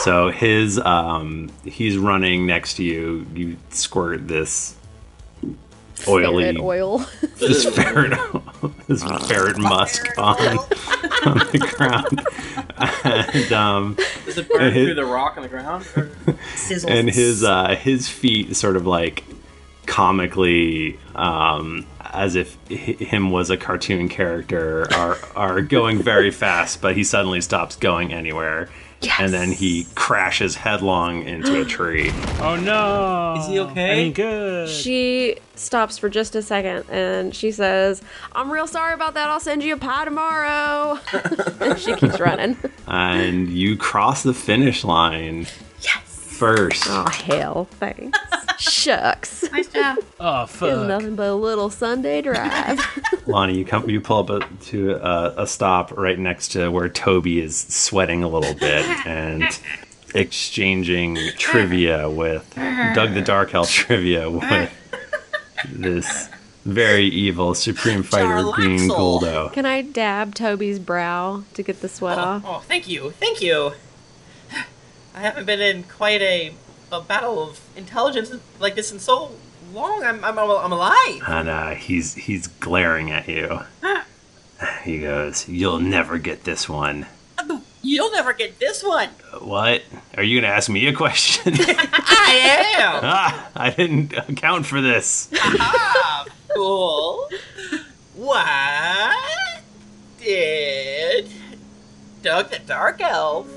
Speaker 1: So his um, he's running next to you. You squirt this oily
Speaker 5: Ferret oil.
Speaker 1: (laughs) this ferret this ferret musk on, on the ground,
Speaker 5: (laughs)
Speaker 1: and um,
Speaker 3: Does it burn
Speaker 1: and his-
Speaker 3: through the rock on the
Speaker 1: (laughs)
Speaker 3: ground? Or... Sizzles.
Speaker 1: and his uh, his feet sort of like comically um, as if hi him was a cartoon character are are going very fast but he suddenly stops going anywhere and then he crashes headlong into a tree
Speaker 2: Oh no!
Speaker 1: Is he okay? I mean,
Speaker 2: good.
Speaker 5: She stops for just a second and she says, I'm real sorry about that. I'll send you a pie tomorrow. (laughs) and she keeps running.
Speaker 1: and you cross the finish line first
Speaker 5: Oh, hell. Thanks. Shucks.
Speaker 4: Nice job.
Speaker 2: Oh,
Speaker 5: It's
Speaker 1: fuck.
Speaker 5: nothing but a little Sunday drive.
Speaker 1: Lonnie, you come, you pull up a, to a, a stop right next to where Toby is sweating a
Speaker 3: (laughs)
Speaker 1: little bit and exchanging trivia with Doug the Dark Elf trivia with this very evil Supreme Fighter Green Goldo.
Speaker 5: Can I dab Toby's brow to get the sweat off?
Speaker 4: (laughs)
Speaker 3: Oh, thank you, thank you. I haven't been in quite a, a battle of intelligence like this in so long. I'm I'm, I'm alive.
Speaker 1: And uh, he's he's glaring at you. He goes, "You'll never get this one."
Speaker 3: You'll never get this one.
Speaker 1: What? Are you gonna ask me a question?
Speaker 3: (laughs) I am.
Speaker 1: (laughs) ah, I didn't account for this.
Speaker 3: Ah, cool. What did Doug the Dark Elf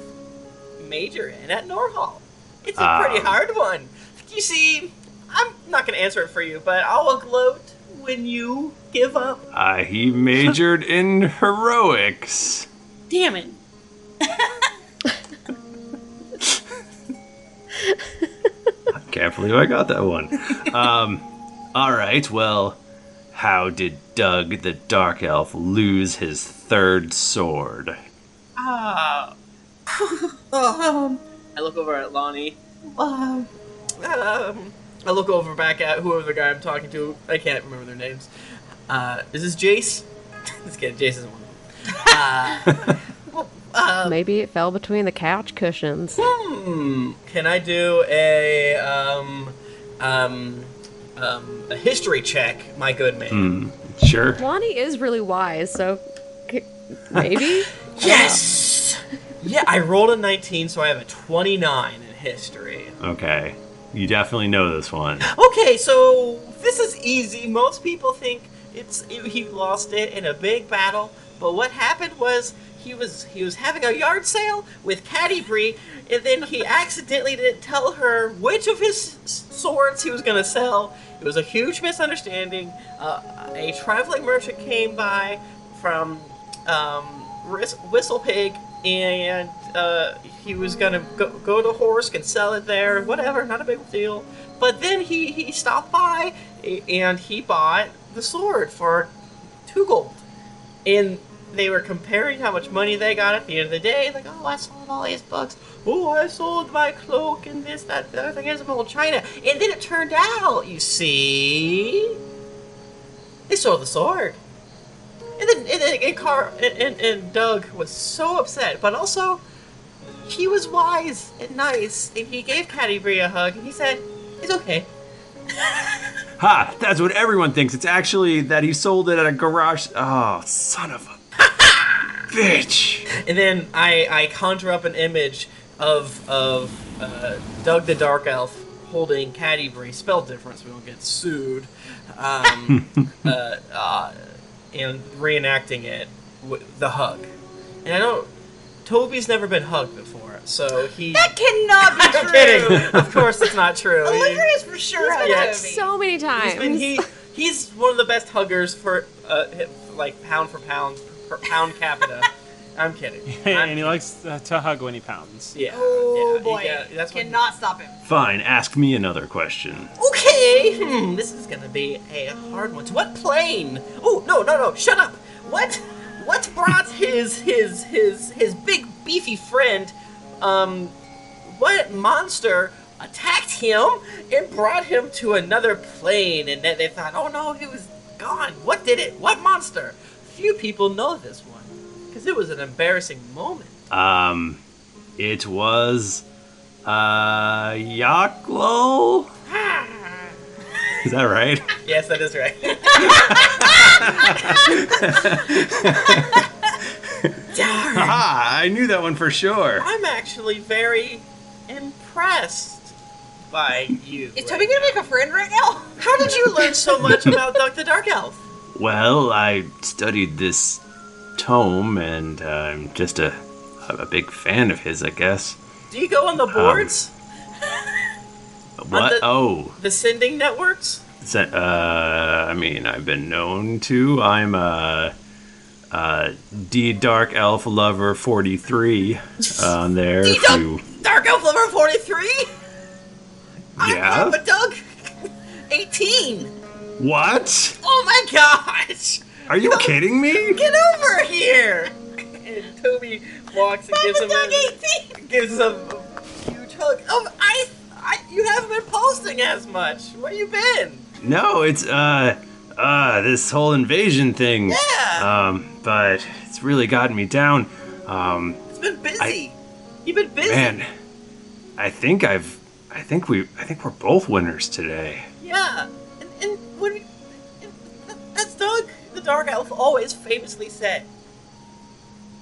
Speaker 3: major in at Norhall? It's a pretty
Speaker 1: Um.
Speaker 3: hard one. You see, I'm not going to answer it for you, but I'll gloat when you give up.
Speaker 1: Uh, he majored in heroics.
Speaker 3: Damn it.
Speaker 1: Can't believe I got that one. Um, all right, well, how did Doug the Dark Elf lose his third sword?
Speaker 3: (laughs) Ah.
Speaker 4: um,
Speaker 3: I look over at Lonnie.
Speaker 4: um,
Speaker 3: Um, I look over back at whoever the guy I'm talking to. I can't remember their names. Uh, is this Jace? (laughs) Let's get Jace isn't one. Uh,
Speaker 4: uh,
Speaker 5: Maybe it fell between the couch cushions.
Speaker 3: Hmm. Can I do a um um um a history check, my good man?
Speaker 1: Hmm, sure.
Speaker 5: Lonnie is really wise, so c-
Speaker 4: (laughs)
Speaker 5: maybe.
Speaker 3: Yes. Yeah, I rolled a 19, so I have a 29 in history.
Speaker 1: Okay, you definitely know this one.
Speaker 3: Okay, so this is easy. Most people think it's he lost it in a big battle, but what happened was he was he was having a yard sale with Caddy Bree, and then he accidentally didn't tell her which of his s- swords he was going to sell. It was a huge misunderstanding. Uh, a traveling merchant came by from um, Whis- Whistle Pig and uh, he was gonna go, go to Horsk and sell it there, whatever, not a big deal. But then he, he stopped by a- and he bought the sword for two gold. And they were comparing how much money they got at the end of the day. Like, oh, I sold all these books. Oh, I sold my cloak and this, that, the other thing. Here's some old china. And then it turned out, you see, they sold the sword. And then and, and, and, Car- and, and, and Doug was so upset, but also he was wise and nice, and he gave Patty Bree a hug, and he said, "It's okay."
Speaker 1: Ha! That's what everyone thinks. It's actually that he sold it at a garage. Oh, (laughs) son of a bitch!
Speaker 3: And then I, I conjure up an image of of uh, Doug the Dark Elf holding Caddy Bree. Spell difference. We don't get sued. Um, uh, uh, and reenacting it, w- the hug. And I don't. Toby's never been hugged before, so he.
Speaker 4: (laughs) That cannot be
Speaker 3: I'm kidding. Of course, it's not
Speaker 4: (laughs)
Speaker 3: true.
Speaker 4: Olivia is for sure
Speaker 3: He's
Speaker 4: on
Speaker 3: been-
Speaker 4: Toby.
Speaker 5: So many times.
Speaker 3: He's been- he, he's one of the best huggers for uh, hi- like pound for pound per pound capita. I'm kidding.
Speaker 2: and he likes uh, to hug when he pounds.
Speaker 3: Yeah.
Speaker 4: Oh
Speaker 3: you
Speaker 4: boy,
Speaker 3: got- that's what-
Speaker 4: cannot stop him.
Speaker 1: Fine, ask me another question.
Speaker 3: Okay, hmm, this is gonna be a hard one. To what plane? Oh no, no, no! Shut up! What? What brought his his his his big beefy friend? Um, what monster attacked him and brought him to another plane? And then they thought, oh no, he was gone. What did it? What monster? Few people know this one because it was an embarrassing moment.
Speaker 1: Um, it was uh Yaklo. Is that right?
Speaker 3: Yes, that is right. (laughs)
Speaker 1: Aha, I knew that one for sure.
Speaker 3: I'm actually very impressed by you.
Speaker 4: Is Toby gonna make a friend right now?
Speaker 3: How did you learn
Speaker 4: (laughs)
Speaker 3: so much about Doug the Dark Elf?
Speaker 1: Well, I studied this tome, and uh, I'm just a a big fan of his, I guess.
Speaker 3: Do you go on the boards?
Speaker 1: Um, What?
Speaker 3: the-
Speaker 1: oh,
Speaker 3: The sending networks?
Speaker 1: is that, uh, I mean, I've been known to. I'm a, uh D Dark Elf Lover 43 on there.
Speaker 4: D
Speaker 1: if
Speaker 4: Dark-
Speaker 1: you-
Speaker 4: Dark Elf Lover 43?
Speaker 1: yeah.
Speaker 4: But Doug, (laughs) 18.
Speaker 1: What?
Speaker 4: Oh my gosh!
Speaker 1: Are you kidding me?
Speaker 4: Get over
Speaker 3: here! And Toby walks and gives him,
Speaker 4: a,
Speaker 3: gives him a huge hug. Oh, I, I, you haven't been posting as much. Where you been?
Speaker 1: No, it's uh uh this whole invasion thing.
Speaker 3: Yeah.
Speaker 1: Um, but it's really gotten me down. Um,
Speaker 3: It's been busy. You've been busy.
Speaker 1: man, I think I've I think we I think we're both winners today.
Speaker 3: Yeah, and, and when and that's Doug the Dark Elf always famously said.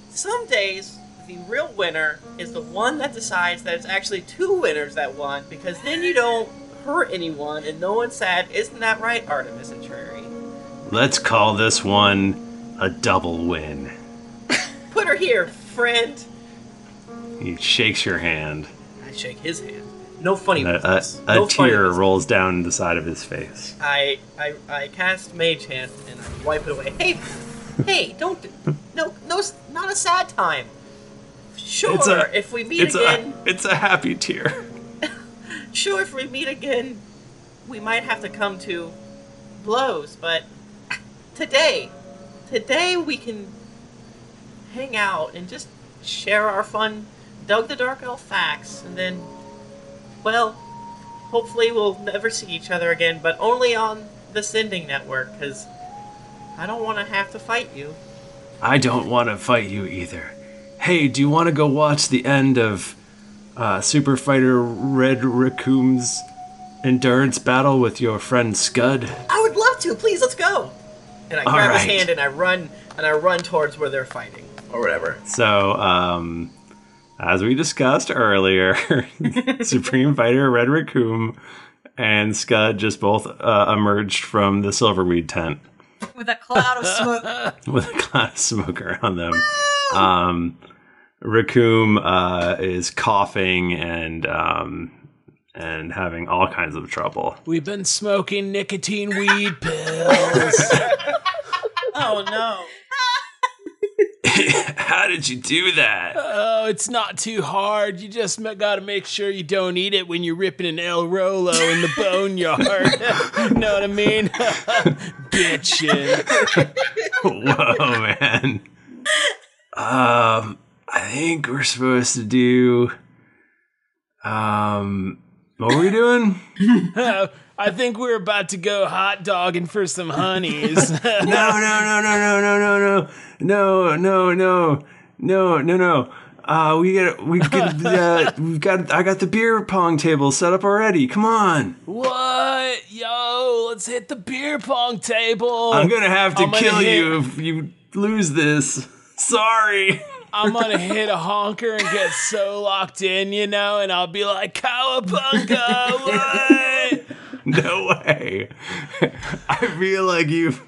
Speaker 3: Some days the real winner is the one that decides that it's actually two winners that won because then you don't hurt anyone and no one's sad. Isn't that right, Artemis and Trary?
Speaker 1: Let's call this one a double win.
Speaker 3: Put her here, friend.
Speaker 1: He shakes your hand.
Speaker 3: I shake his hand. No funny.
Speaker 1: A, a, a
Speaker 3: No funny
Speaker 1: tear
Speaker 3: business.
Speaker 1: rolls down the side of his face.
Speaker 3: I I I cast Mage Hand and I wipe it away. Hey, hey, don't do- no no s- not a sad time. Sure,
Speaker 1: It's a-
Speaker 3: if we meet
Speaker 1: it's
Speaker 3: again,
Speaker 1: A, it's a happy
Speaker 3: (laughs)
Speaker 1: tear.
Speaker 3: sure if we meet again, we might have to come to blows, but today, today we can hang out and just share our fun Doug the Dark Elf facts and then well, hopefully we'll never see each other again, but only on the sending network, because I don't want to have to fight you.
Speaker 1: I don't want to fight you either. Hey, do you want to go watch the end of uh, Super Fighter Red Raccoon's endurance battle with your friend Scud?
Speaker 3: I would love to. Please, let's go. And I
Speaker 1: All
Speaker 3: grab his
Speaker 1: right.
Speaker 3: hand and I run and I run towards where they're fighting or whatever.
Speaker 1: So, um, as we discussed earlier, (laughs) Supreme Fighter Red Raccoon and Scud just both uh, emerged from the Silverweed tent. (laughs)
Speaker 4: With a cloud of smoke.
Speaker 1: with a cloud of smoke around them. Um, Raccoon uh, is coughing and um, and having all kinds of trouble.
Speaker 7: We've been smoking nicotine weed pills.
Speaker 3: oh no.
Speaker 1: Why did you do
Speaker 7: (laughs)
Speaker 1: that?
Speaker 7: Oh, it's not too hard. You just ma- gotta make sure you don't eat it when you're ripping an El Rolo in the boneyard. (laughs) know what I mean? Bitchin'.
Speaker 1: Whoa, man. Um, I think we're supposed to do. Um, what were we doing?
Speaker 7: Oh, I think we're about to go hot dogging for some honeys. (laughs)
Speaker 1: no, no, no, no, no, no, no, no, no, no, no, no, no. Uh, we got we
Speaker 3: (laughs)
Speaker 1: got uh, we've got I got the beer pong table set up already. Come on,
Speaker 7: What? Yo, let's hit the beer pong
Speaker 3: Oh,
Speaker 7: table.
Speaker 1: I'm gonna have to
Speaker 7: I'm gonna
Speaker 1: kill
Speaker 7: hit-
Speaker 1: you if you lose this. Sorry.
Speaker 7: I'm gonna hit a honker and get so locked in, you know, and I'll be like, Cowabunga! what?"
Speaker 1: (laughs) No way. (laughs) I feel like you've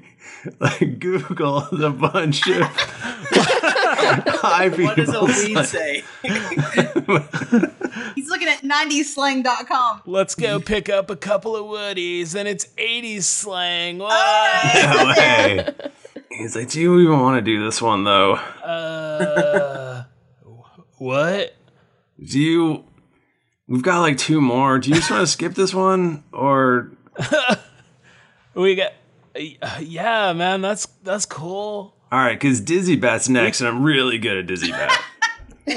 Speaker 1: (laughs) like Googled a bunch of
Speaker 3: (laughs)
Speaker 1: high
Speaker 3: What
Speaker 9: (laughs)
Speaker 3: does a
Speaker 1: people's,
Speaker 3: weed
Speaker 1: like- (laughs)
Speaker 3: say?
Speaker 4: He's looking at 90slang.com.
Speaker 7: Let's go pick up a couple of woodies, and it's 80s slang. What?
Speaker 1: No way. He's like, do you even want to do this one though?
Speaker 7: Uh, what?
Speaker 1: Do you? We've got like two more. Do you just want to skip this one or?
Speaker 7: we got. uh, yeah, man, that's that's cool.
Speaker 1: All right, because Dizzy Bat's next, and I'm really good at Dizzy
Speaker 7: (laughs)
Speaker 1: Bat.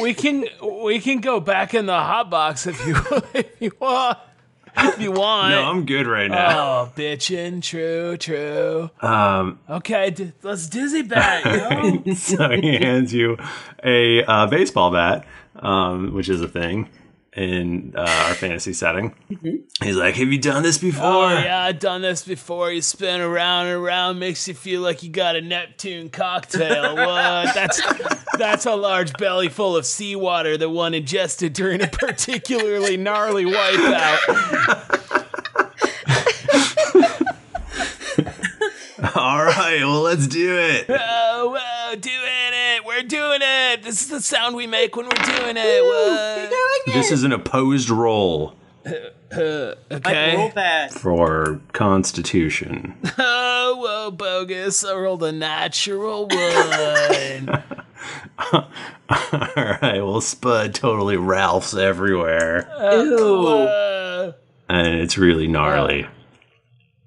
Speaker 7: We can we can go back in the hot box if you (laughs) if you want if you want.
Speaker 1: No, I'm good right now.
Speaker 7: Oh, bitchin', true, true.
Speaker 1: Um,
Speaker 7: Okay, d- let's
Speaker 1: (laughs)
Speaker 7: dizzy back. yo.
Speaker 1: so he hands you a uh, baseball bat, um, which is a thing in uh, our fantasy setting. He's like, "Have you done this before?"
Speaker 7: Oh yeah, I've done this before. You spin around and around, makes you feel like you got a Neptune (laughs) cocktail. What? That's that's a large belly full of seawater
Speaker 3: (laughs)
Speaker 7: that one ingested during a particularly gnarly wipeout.
Speaker 1: All right, well, let's do it.
Speaker 7: Oh, whoa, doing it. We're doing it. This is the sound we make when we're doing it. What?
Speaker 1: This is an opposed roll
Speaker 7: Uh, okay.
Speaker 3: roll bad.
Speaker 1: for Constitution.
Speaker 7: (laughs)
Speaker 1: (laughs)
Speaker 7: Oh, whoa, bogus. I rolled a natural one.
Speaker 1: All right, well, Spud totally Ralphs everywhere,
Speaker 7: (laughs) Ew.
Speaker 1: and it's really gnarly.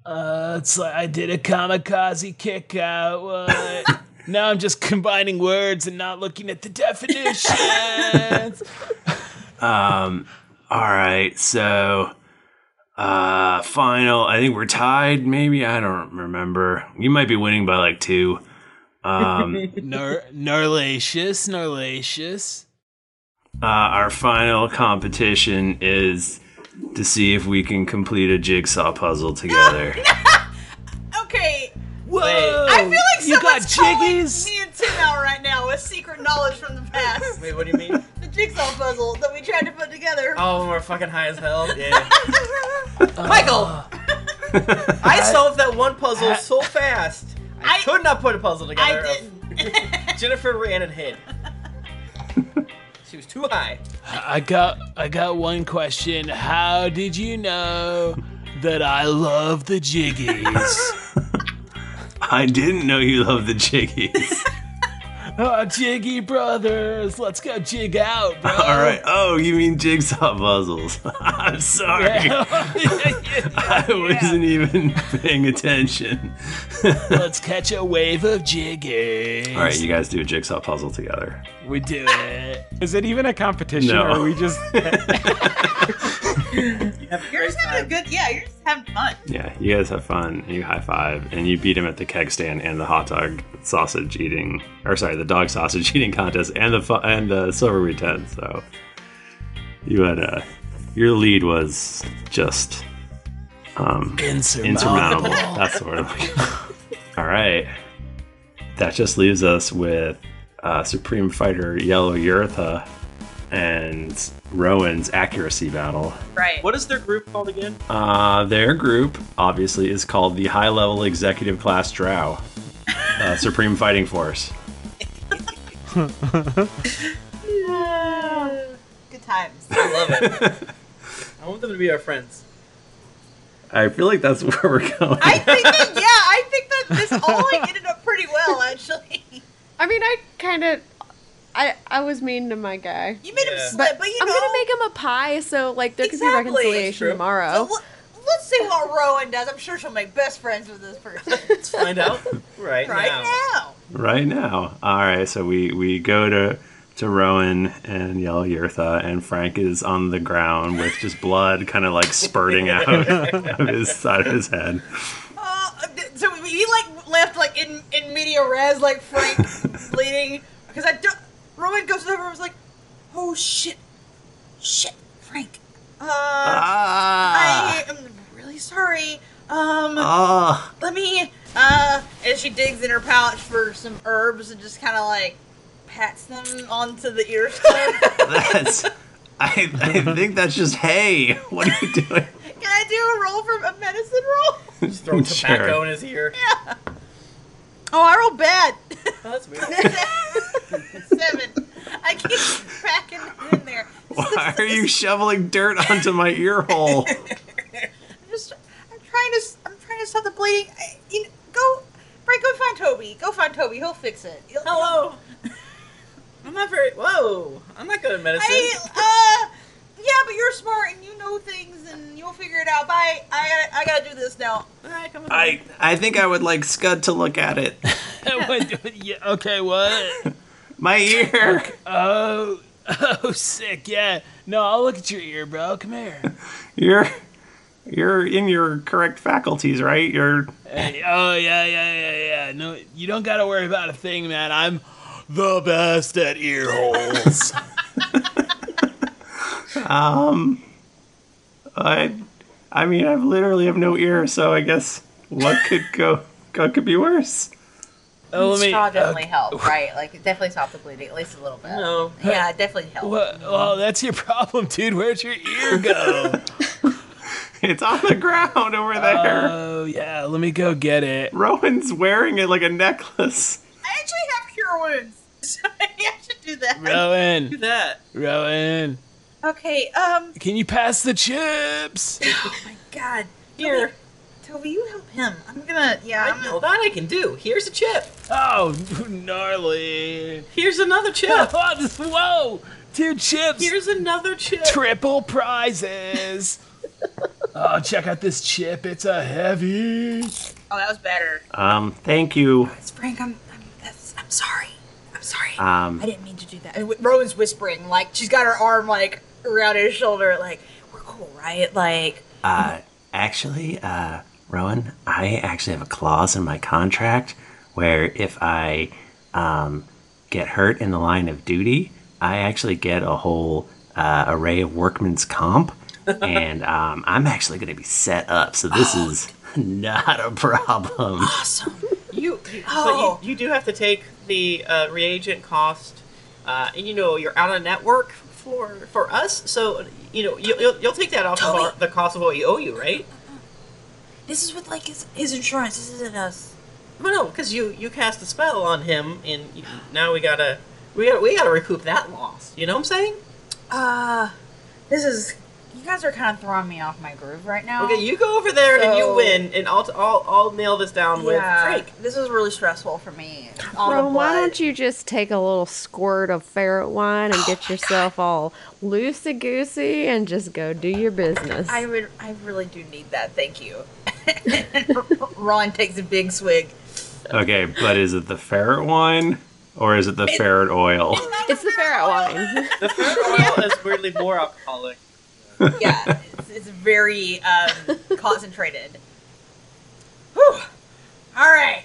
Speaker 7: Uh, it's like I did a kamikaze kick out.
Speaker 1: (laughs)
Speaker 7: What? now I'm just combining words and not looking at the definitions.
Speaker 1: Um, all right, so uh, final. I think we're tied. Maybe I don't remember. You might be winning by like two. (laughs) Um, (laughs)
Speaker 7: Nar- gnarlacious, gnarlacious.
Speaker 1: uh, our final competition is to see if we can complete a jigsaw puzzle together.
Speaker 4: Okay.
Speaker 7: Whoa!
Speaker 4: I feel like
Speaker 7: you got
Speaker 4: someone's calling
Speaker 7: jiggies?
Speaker 4: me and Tim out right now with secret knowledge from the past.
Speaker 3: Wait, what do you mean?
Speaker 4: (laughs) The jigsaw puzzle that we tried to put together.
Speaker 3: Oh, we're fucking high as hell. Yeah.
Speaker 4: (laughs)
Speaker 3: (laughs)
Speaker 7: oh.
Speaker 4: (laughs) Michael!
Speaker 3: Uh, I solved that one puzzle so fast. I, could not put a puzzle together.
Speaker 4: I
Speaker 3: didn't. (laughs) Jennifer ran and hid. She was too high.
Speaker 7: I got I got one question. How did you know that I love the
Speaker 1: (laughs)
Speaker 7: jiggies?
Speaker 1: I didn't know you loved the jiggies.
Speaker 7: oh, jiggy brothers, let's go jig out, bro.
Speaker 1: All right. Oh, you mean jigsaw puzzles? (laughs)
Speaker 2: (laughs)
Speaker 1: I'm (laughs) sorry. I wasn't even paying attention.
Speaker 7: (laughs) let's catch a wave of
Speaker 1: (laughs)
Speaker 7: jiggies.
Speaker 1: All right, you guys do a jigsaw puzzle together.
Speaker 7: We do it.
Speaker 2: Is it even a competition?
Speaker 1: No.
Speaker 2: Or are we
Speaker 1: (laughs)
Speaker 2: just (laughs)
Speaker 4: You're just having a good, yeah, you're just having fun.
Speaker 1: Yeah, you guys have fun. You high five, and you beat him at the keg stand and the hot dog sausage eating, or sorry, the dog sausage (laughs) eating contest and the fu- and the silverweed tent. So you had uh, your lead was just um,
Speaker 7: Insurmountable.
Speaker 1: insurmountable. That's the word. I'm looking for. All right, that just leaves us with uh, Supreme Fighter Yellow Yurtha and Rowan's accuracy battle.
Speaker 4: Right.
Speaker 3: What is their group called again?
Speaker 1: Uh, their group obviously is called the High Level Executive Class Drow, uh, (laughs) Supreme Fighting Force.
Speaker 4: good times.
Speaker 3: I love it. I want them to be our friends.
Speaker 1: I feel like that's (laughs) where we're going.
Speaker 4: I think that, yeah, I think that this all like, ended up pretty well, actually.
Speaker 5: I mean, I kind of, I I was mean to my guy. You
Speaker 4: made him Yeah. slip, but you
Speaker 5: I'm
Speaker 4: know-
Speaker 5: gonna make him a pie, so like there could be
Speaker 4: Exactly. That's
Speaker 5: reconciliation
Speaker 4: true.
Speaker 5: tomorrow.
Speaker 4: Let's see what Rowan does. I'm sure she'll make best friends with this person. Let's
Speaker 3: find out right,
Speaker 4: right
Speaker 3: now.
Speaker 1: right now. All right, so we we go to to Rowan and yell Yurtha, and Frank is on the ground with just blood kind of like spurting (laughs) out of his side of his head.
Speaker 4: So he like left like in in media res,
Speaker 9: (laughs)
Speaker 4: like Frank bleeding because I don't. Rowan goes over and was like, "Oh shit, shit, Frank. Uh,
Speaker 9: Ah.
Speaker 4: I am really sorry. Um,
Speaker 9: Ah.
Speaker 4: let me." Uh, and she digs in her pouch for some herbs and just kind of like pats them onto the (laughs) earstone.
Speaker 9: (laughs) That's. I, I think that's just hay. What are you
Speaker 3: (laughs)
Speaker 9: doing?
Speaker 4: Can I do a roll from a medicine
Speaker 9: (laughs)
Speaker 4: roll?
Speaker 9: Just
Speaker 3: throw tobacco in his (laughs) ear.
Speaker 4: Yeah. Oh, I rolled bad. Oh,
Speaker 3: that's weird.
Speaker 4: (laughs) Seven. I keep cracking in there.
Speaker 1: Why
Speaker 3: (laughs)
Speaker 1: are you shoveling dirt onto my ear hole?
Speaker 4: I'm just, I'm trying to, I'm trying to stop the bleeding. I, you know, go, Frank, go find Toby. Go find Toby. He'll fix it. He'll,
Speaker 3: Hello. I'm not very. Whoa. I'm not good at medicine.
Speaker 4: I, uh, yeah, but you're smart and you know things and you'll figure it out. Bye. I, I gotta do this now. All right, come
Speaker 7: (laughs)
Speaker 4: on.
Speaker 9: I I think I would like Scud to look at it.
Speaker 7: yeah, okay, what?
Speaker 9: (laughs) My ear.
Speaker 7: Oh, (laughs) oh, sick. Yeah. No, I'll look at your ear, bro. Come here.
Speaker 1: You're you're in your correct faculties, right? You're
Speaker 7: Hey, oh yeah, yeah, yeah, yeah. No, you don't gotta worry about a thing, man. I'm the best at ear
Speaker 9: (laughs)
Speaker 7: holes.
Speaker 9: Um. I. I mean, I literally have no ear, so I guess what could go? What could be worse?
Speaker 7: Oh, let me-
Speaker 4: straw definitely
Speaker 7: okay.
Speaker 4: helped, right? Like, it definitely stopped the bleeding, at least a little bit.
Speaker 7: No.
Speaker 4: Yeah, it definitely helped.
Speaker 7: well, well, that's your problem, dude. Where'd your
Speaker 9: (laughs)
Speaker 7: ear go?
Speaker 1: it's on the ground over there.
Speaker 7: Oh yeah, let me go get it.
Speaker 1: Rowan's wearing it like a necklace.
Speaker 4: I actually have cure wounds. (laughs) So I should do that.
Speaker 7: Rowan.
Speaker 4: Do that.
Speaker 7: Rowan,
Speaker 4: Okay, um,
Speaker 7: can you pass
Speaker 9: (laughs)
Speaker 7: the chips?
Speaker 4: God. Here. Toby, you help him. I'm gonna, uh, yeah.
Speaker 3: I
Speaker 4: I'm
Speaker 3: know that I can do. Here's a chip. (laughs)
Speaker 7: Oh, gnarly.
Speaker 3: Here's another (laughs) chip.
Speaker 7: Oh, this- Whoa, two chips.
Speaker 3: Here's another chip.
Speaker 7: Triple prizes. (laughs) oh, check out this chip. It's a heavy.
Speaker 4: Oh, that was better.
Speaker 1: Um, thank you.
Speaker 4: Frank, I'm, I'm, that's, I'm sorry. I'm sorry.
Speaker 1: Um,
Speaker 4: I didn't mean to do that. And Rowan's whispering, like, she's got her arm, like, around his shoulder, like, we're cool, right? Like,
Speaker 1: Uh, actually, uh, Rowan, I actually have a clause in my contract where if I um, get hurt in the line of duty, I actually get a whole uh, array of workman's comp, and um, I'm actually going to be set up. So this is (laughs) not a problem.
Speaker 4: Awesome.
Speaker 3: You, you,
Speaker 4: Oh.
Speaker 3: but you, you do have to take the uh, reagent cost, uh, and you know you're out of network for for us. So you know you, you'll you'll take that off of our, the cost of what we owe you, right?
Speaker 4: this is with, like, his, his insurance. This isn't us.
Speaker 3: Well, no, because you you cast a spell on him, and you, now we gotta we gotta we gotta recoup that loss. You know what I'm saying?
Speaker 4: Uh, this is, you guys are kind of throwing me off my groove right now.
Speaker 3: Okay, you go over there and you
Speaker 4: So-
Speaker 3: win, and I'll I'll, I'll nail this down with Frank.
Speaker 4: This was really stressful for me. All the
Speaker 5: Rowan, why
Speaker 4: blood. Oh
Speaker 5: don't you just take a little squirt of ferret wine and get yourself all loosey goosey and just go do your business?
Speaker 4: I would. I really do need that. Thank you. (laughs) Ron takes a big swig.
Speaker 1: Okay, but is it the ferret wine or is it the ferret oil?
Speaker 5: It's the ferret (laughs) wine.
Speaker 3: The ferret oil is weirdly more alcoholic.
Speaker 4: (laughs) Yeah, (laughs) it's, it's very
Speaker 5: (laughs)
Speaker 4: um, concentrated. Whew. All right,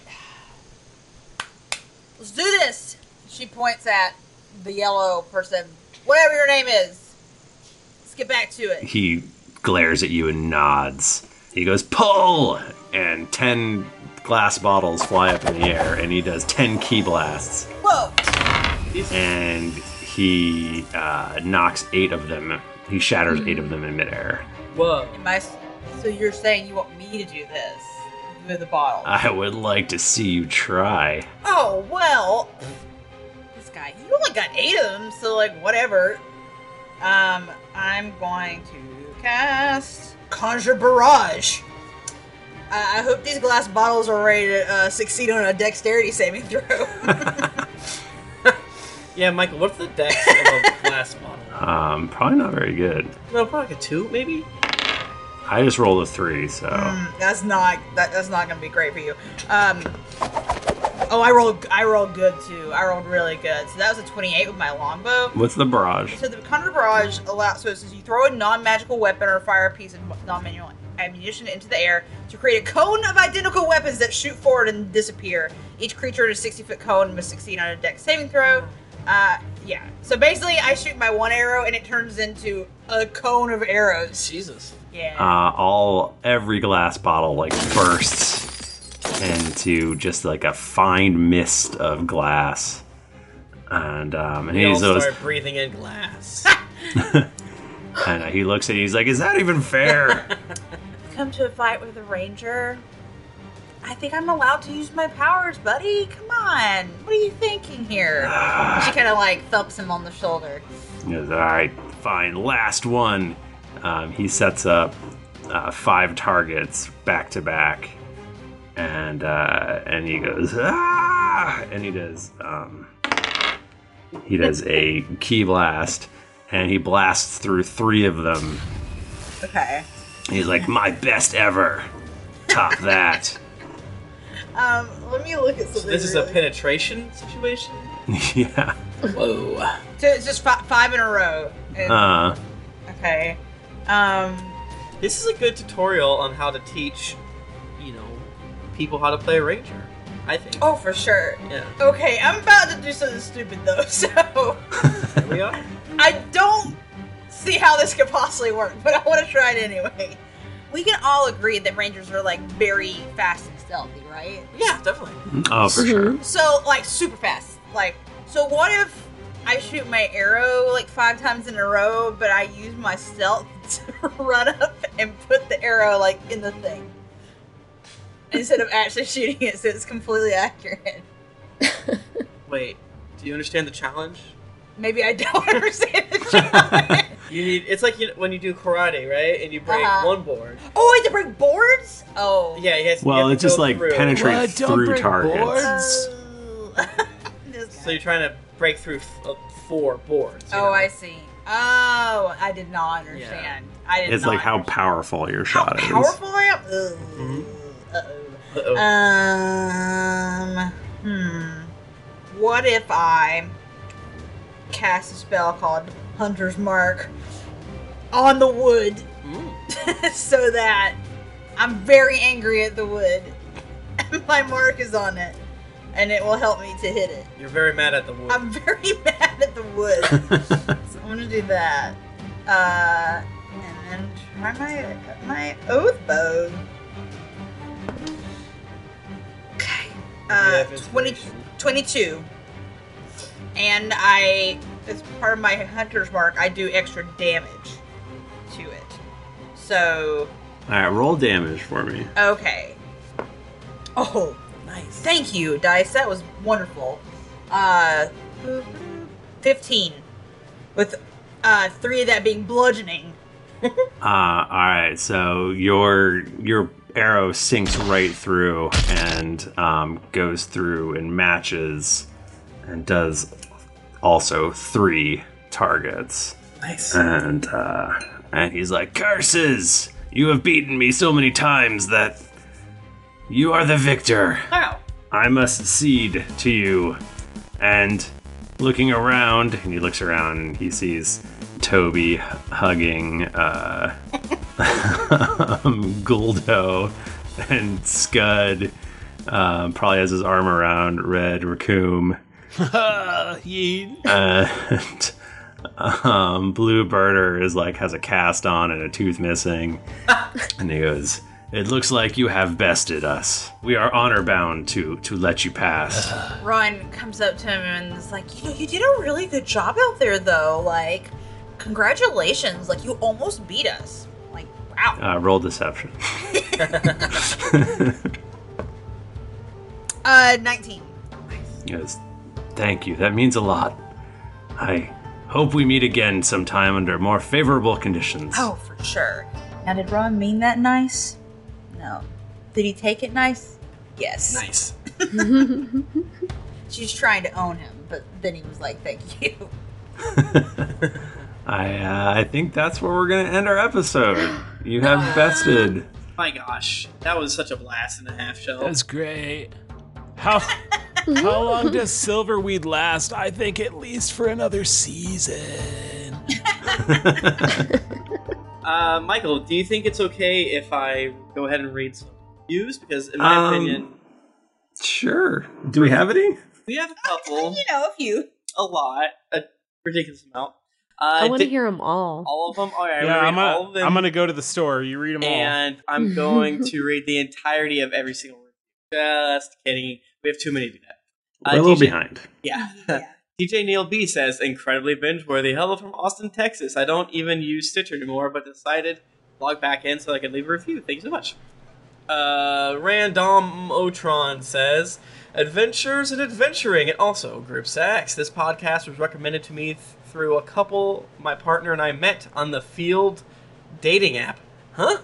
Speaker 4: let's do this. She points at the yellow person, whatever your name is. Let's get back to it.
Speaker 1: he glares at you and nods. He goes, pull! And 10 glass bottles fly up in the air, and he does 10 key blasts.
Speaker 4: Whoa!
Speaker 1: And he uh, knocks eight of them. He shatters eight of them in midair.
Speaker 3: Whoa!
Speaker 4: Am I? s- So you're saying you want me to do this with the bottle?
Speaker 1: I would like to see you try.
Speaker 4: Oh well. This guy, you only got eight of them, so like whatever. Um, I'm going to cast Conjure Barrage. (laughs) I I hope these glass bottles are ready to uh, succeed on a dexterity saving throw.
Speaker 3: Yeah, Michael, what's the dex
Speaker 4: (laughs)
Speaker 3: of a glass model?
Speaker 1: Um, probably not very good.
Speaker 3: No, probably like a two, maybe?
Speaker 1: I just rolled a three, so
Speaker 4: Mm, that's not that, that's not gonna be great for you. Um, oh, I rolled I rolled good too. I rolled really good. So that was a 28 with my longbow.
Speaker 1: what's the barrage?
Speaker 4: So the counter barrage allows. So it says you throw a non-magical weapon or fire a piece of non-manual ammunition into the air to create a cone of identical weapons that shoot forward and disappear. Each creature in a 60-foot cone must succeed on a dex saving throw. Uh, yeah. So basically, I shoot my one arrow and it turns into a cone of arrows.
Speaker 3: Jesus.
Speaker 4: Yeah.
Speaker 1: Uh, all every glass bottle like bursts into just like a fine mist of glass, and um, and
Speaker 3: We all
Speaker 1: he's those,
Speaker 3: start breathing in glass. (laughs)
Speaker 1: and he looks at you, he's like, "Is that
Speaker 3: (laughs)
Speaker 1: even fair?"
Speaker 4: come to a fight with a ranger. I think I'm allowed to use my powers, buddy. Come on. What are you thinking here? she kind of like thumps him on the shoulder.
Speaker 1: He goes, All right, fine. Last one. Um, he sets up uh, five targets back to back, and uh, and he goes ah, and he does um, he does a key blast, and he blasts through three of them.
Speaker 4: Okay.
Speaker 1: He's like, my best ever. Top that. (laughs)
Speaker 4: Um, let me look at something.
Speaker 3: So this is a penetration situation?
Speaker 1: yeah.
Speaker 3: Whoa.
Speaker 4: So it's just fi- five in a row. And-
Speaker 1: Uh,
Speaker 4: okay. Um,
Speaker 3: this is a good tutorial on how to teach, you know, people how to play a ranger. I think.
Speaker 4: Oh, for sure.
Speaker 3: Yeah.
Speaker 4: Okay, I'm about to do something stupid though, (laughs) so.
Speaker 3: we are.
Speaker 4: (laughs) I don't see how this could possibly work, but I want to try it anyway. We can all agree that rangers are like very fast and stealthy, right? Mm-hmm.
Speaker 3: Yeah, definitely.
Speaker 1: oh, for sure.
Speaker 4: So like super fast. Like so what if I shoot my arrow like five times in a row, but I use my stealth (laughs) to run up and put the arrow like in the thing. Instead of actually (laughs) shooting it so it's completely accurate.
Speaker 3: Wait, do you understand the challenge?
Speaker 4: Maybe I don't (laughs) understand the
Speaker 3: You need. It's like you, when you do karate, right? And you break
Speaker 4: Uh-huh.
Speaker 3: one board.
Speaker 4: Oh, I have to break boards? Oh.
Speaker 3: Yeah, you have to- you
Speaker 1: Well,
Speaker 3: have to
Speaker 1: it just
Speaker 3: go
Speaker 1: like
Speaker 3: through.
Speaker 1: penetrates through targets.
Speaker 3: So you're trying to break through f- uh, four boards. you
Speaker 4: Oh,
Speaker 3: know?
Speaker 4: I see. Oh, I did not understand. I did
Speaker 1: It's
Speaker 4: not.
Speaker 1: like how powerful your shot is.
Speaker 4: powerful I am. Ugh. Uh-oh. Um, hmm. What if I cast a spell called Hunter's Mark on the wood (laughs) so that I'm very angry at the wood. (laughs) My mark is on it, and it will help me to hit it.
Speaker 3: You're very mad at the wood.
Speaker 1: (laughs)
Speaker 4: I'm very (laughs) mad at the wood. so I'm gonna do that. Uh, and then try my my oath bow. Okay. Uh, 20, 22. And I, as part of my hunter's mark, I do extra damage to it. So,
Speaker 1: All right, roll damage for me.
Speaker 4: okay. Oh, nice. Thank you, Dice. That was wonderful. Uh, 15. With uh, three of that being bludgeoning.
Speaker 1: Uh, all right, so your your arrow sinks right through and um, goes through and matches and does also three targets.
Speaker 3: Nice.
Speaker 1: And uh, and he's like, "Curses! You have beaten me so many times that you are the victor.
Speaker 4: Wow.
Speaker 1: I must cede to you." And looking around, and he looks around and he sees Toby hugging uh, (laughs) um, Goldo and Scud. Uh, probably has his arm around Red Raccoon
Speaker 7: Uh, you
Speaker 1: and um, Blue Birder is like has a cast on and a tooth missing, and he goes, "It looks like you have bested us. We are honor bound to to let you pass."
Speaker 4: Ryan comes up to him and is like, You know, you did a really good job out there, though. Like, congratulations. Like, you almost beat us. Like, wow.
Speaker 1: Uh, roll deception.
Speaker 4: Uh, 19.
Speaker 1: He goes, "Thank you. That means a lot. I hope we meet again sometime under more favorable conditions."
Speaker 4: Oh, for sure. Now, did Ron mean that nice? No. Did he take it nice? Yes.
Speaker 3: Nice.
Speaker 4: (laughs) She's trying to own him, but then he was like, "Thank you." (laughs)
Speaker 1: I uh, I think that's where we're gonna end our episode. You have bested.
Speaker 3: My gosh, that was such a blast and a half show.
Speaker 7: That's (laughs) great. How (laughs) how long does Silverweed last? I think at least for another season.
Speaker 3: Uh, Michael, do you think it's okay if I go ahead and read some reviews? Because in my
Speaker 1: Um,
Speaker 3: opinion,
Speaker 1: Sure. Do we have any?
Speaker 3: we have a couple. you
Speaker 4: know, a few,
Speaker 3: a lot, a ridiculous amount. Uh,
Speaker 5: I want to
Speaker 3: di-
Speaker 5: hear them all.
Speaker 3: all of them. All right,
Speaker 2: yeah,
Speaker 3: I'm
Speaker 2: I'm
Speaker 3: gonna read
Speaker 2: gonna,
Speaker 3: all of them,
Speaker 2: I'm gonna go to the store. You read them
Speaker 3: and
Speaker 5: (laughs)
Speaker 3: I'm going to read the entirety of every single review. Just kidding. We have too many to do that.
Speaker 1: We're a little
Speaker 3: DJ
Speaker 1: behind.
Speaker 3: (laughs) Yeah. DJ Neil B says, incredibly binge worthy. Hello from Austin, Texas. I don't even use Stitcher anymore, but decided to log back in so I can leave a review. Thank you so much. Uh, Random Otron says, adventures and adventuring, and also group sex. This podcast was recommended to me th- through a couple my partner and I met on the field dating app. Huh?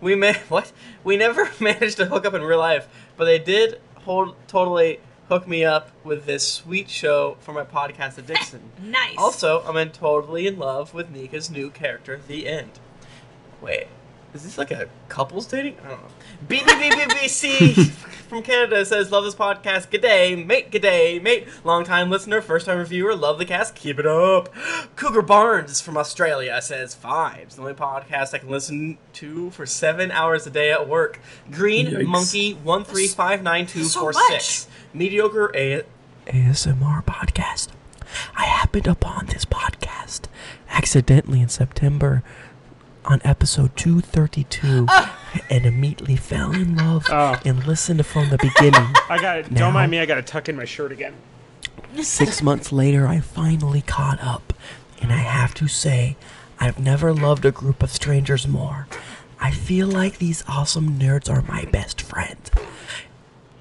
Speaker 3: We ma- (laughs) what? We never (laughs) managed to hook up in real life, but they did hold- totally hook me up with this sweet show for my podcast addiction.
Speaker 4: nice.
Speaker 3: Also, I'm in totally in love with Nika's new character, The End. Wait, is this like a couples dating? I don't know. BBBBBC from Canada says, Love this podcast. G'day, mate. G'day, mate. Long time listener, first time reviewer. Love the cast. Keep it up. Cougar Barnes from Australia says, Vibes. The only podcast I can listen to for seven hours a day at work. Green
Speaker 7: Yikes.
Speaker 3: Monkey 1359246. Mediocre A.
Speaker 7: ASMR podcast. I happened upon this podcast accidentally in September on episode 232 and immediately fell in love and listened from the beginning.
Speaker 2: all. I got. to
Speaker 7: Now-
Speaker 2: Don't mind me. I gotta tuck in my shirt again.
Speaker 7: Six months later, I finally caught up, and I have to say, I've never loved a group of strangers more. I feel like these awesome nerds are my best friends.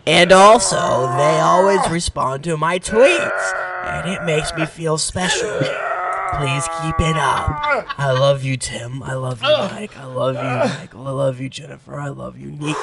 Speaker 7: And also, they always respond to my tweets, and it makes me feel special. Please keep it up. I love you, Tim. I love you, Mike. I love you, Michael. I love you, Jennifer. I love you, Nick.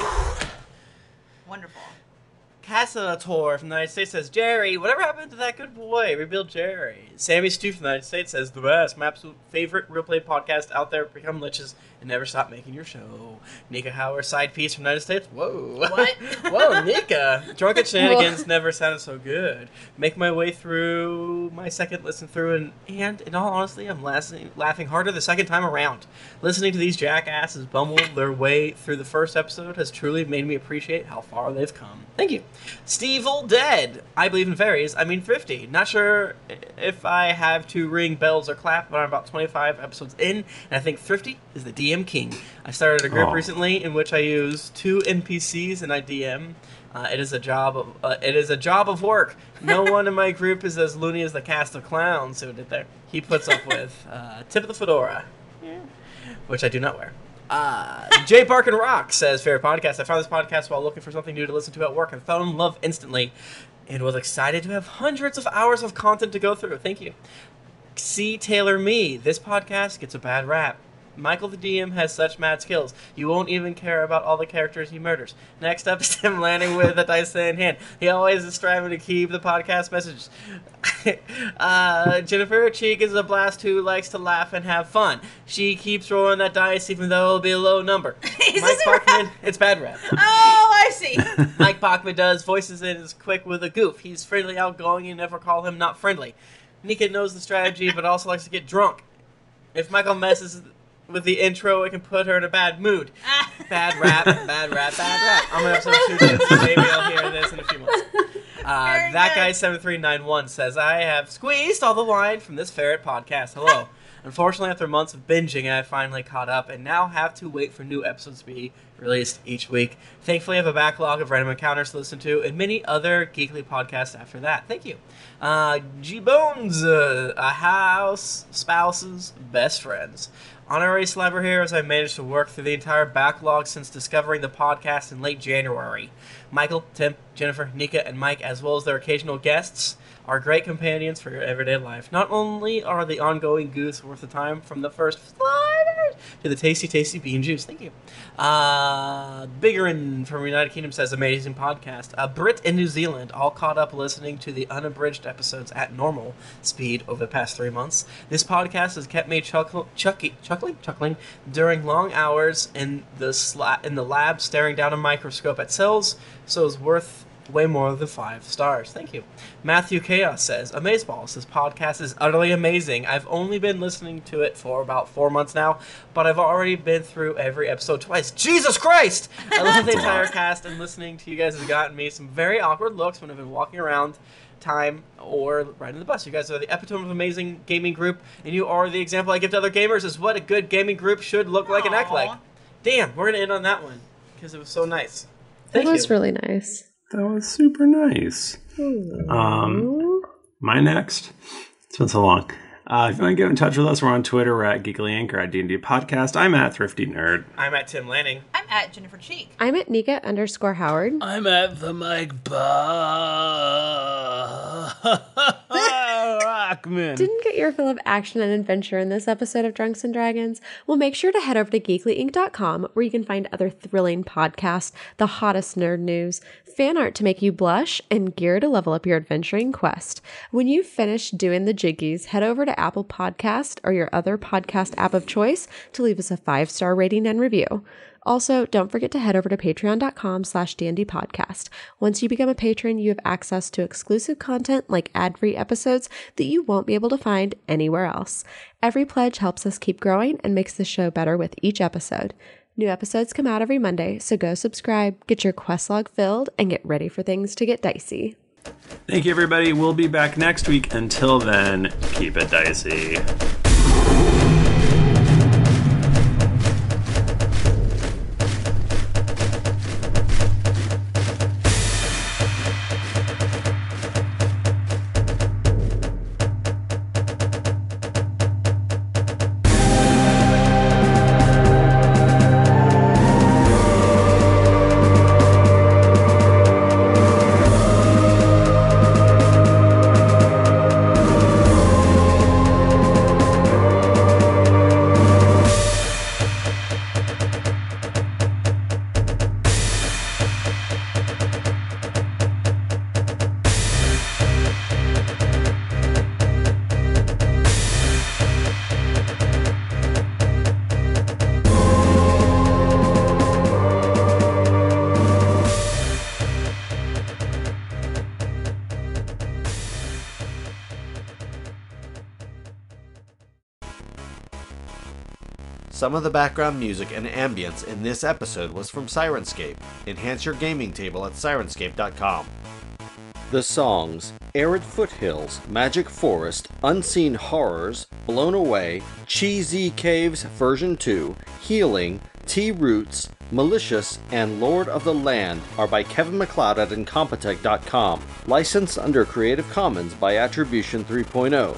Speaker 3: Cassinator from the United States says, Jerry, whatever happened to that good boy? Rebuild Jerry. Sammy Stu from the United States says, The best, my absolute favorite real play podcast out there. Become liches and never stop making your show. Nika Howard, side piece from the United States. Whoa.
Speaker 7: What?
Speaker 3: (laughs) Whoa, Nika. Drunken shenanigans
Speaker 7: (laughs) Whoa.
Speaker 3: never sounded so good. Make my way through my second listen through, and, and in all honesty, I'm laughing, laughing harder the second time around. Listening to these jackasses bumble their way through the first episode has truly made me appreciate how far they've come. Thank you. Steve Old Dead. I believe in fairies. I mean thrifty. Not sure if I have to ring bells or clap, but I'm about 25 episodes in, and I think thrifty is the DM king. I started a group
Speaker 7: Aw.
Speaker 3: recently in which I use two NPCs and I DM. Uh, it is a job of uh, it is a job of work. No one in my group is as loony as the cast of clowns who did there. He puts up with uh, tip of the fedora, (laughs) which I do not wear. Uh, Jay Bark and Rock says, "Favorite podcast. I found this podcast while looking for something new to listen to at work and fell in love instantly, and was excited to have hundreds of hours of content to go through. Thank you." See Taylor Me. This podcast gets a bad rap. Michael the DM has such mad skills. You won't even care about all the characters he murders. Next up is (laughs) Tim landing with a dice in hand. He always is striving to keep the podcast message. (laughs) uh, Jennifer Cheek is a blast who likes to laugh and have fun. She keeps rolling that dice even though it'll be a low number. Mike Bachman, it's bad rap.
Speaker 4: oh, I see.
Speaker 3: Mike Bachman does voices and is quick with a goof. He's friendly, outgoing, and never call him not friendly. Nika knows the strategy, but also likes to get drunk. If Michael messes with the intro, it can put her in a bad mood. Bad rap, bad rap, bad rap. I'm gonna have some students, so maybe I'll hear this in a few months. (laughs) Uh, that guy seven three nine one says, "I have squeezed all the wine from this ferret podcast." Hello. Unfortunately, after months of binging, I finally caught up and now have to wait for new episodes to be released each week. Thankfully, I have a backlog of random encounters to listen to and many other geekly podcasts after that. Thank you. Uh, G Bones, uh, a house, spouses, best friends. Honorary Slabber here as I managed to work through the entire backlog since discovering the podcast in late January. Michael, Tim, Jennifer, Nika, and Mike, as well as their occasional guests. are great companions for your everyday life. Not only are the ongoing goose worth the time from the first slider to the tasty, tasty bean juice. Thank you. Uh, Biggerin from United Kingdom says amazing podcast. A Brit in New Zealand all caught up listening to the unabridged episodes at normal speed over the past three months. This podcast has kept me chuckle, chucky, chuckling, chuckling during long hours in the sla- in the lab, staring down a microscope at cells. So it's worth way more than five stars. Thank you. Matthew Chaos says, Amazeballs, this podcast is utterly amazing. I've only been listening to it for about four months now, but I've already been through every episode twice. Jesus Christ! I
Speaker 9: (laughs)
Speaker 3: love the entire cast, and listening to you guys has gotten me some very awkward looks when I've been walking around time or riding the bus. You guys are the epitome of an amazing gaming group, and you are the example I give to other gamers is what a good gaming group should look like and act like. Damn, we're gonna end on that one because it was so nice.
Speaker 5: That was really nice.
Speaker 1: That was super nice. Um, my next. It's been so long. Uh, if you want to get in touch with us, we're on Twitter. We're at Geekly Anchor at D&D Podcast. I'm at Thrifty Nerd.
Speaker 3: I'm at Tim Lanning.
Speaker 4: I'm at Jennifer Cheek.
Speaker 5: I'm at Nika underscore Howard.
Speaker 7: I'm at the Mike (laughs) Bachman.
Speaker 5: Didn't get your fill of action and adventure in this episode of Drunks and Dragons? Well, make sure to head over to geeklyinc.com where you can find other thrilling podcasts, the hottest nerd news, fan art to make you blush, and gear to level up your adventuring quest. When you've finished doing the jiggies, head over to Apple Podcast or your other podcast app of choice to leave us a five-star rating and review. Also, don't forget to head over to patreon.com slash podcast. Once you become a patron, you have access to exclusive content like ad-free episodes that you won't be able to find anywhere else. Every pledge helps us keep growing and makes the show better with each episode. New episodes come out every Monday, so go subscribe, get your quest log filled, and get ready for things to get dicey.
Speaker 1: Thank you, everybody. We'll be back next week. Until then, keep it dicey.
Speaker 14: Some of the background music and ambience in this episode was from Sirenscape. Enhance your gaming table at sirenscape.com. The songs Arid Foothills, Magic Forest, Unseen Horrors, Blown Away, Cheesy Caves Version 2, Healing, Tea Roots, Malicious, and Lord of the Land are by Kevin McLeod at Incompetech.com. Licensed under Creative Commons by Attribution oh. 3.0.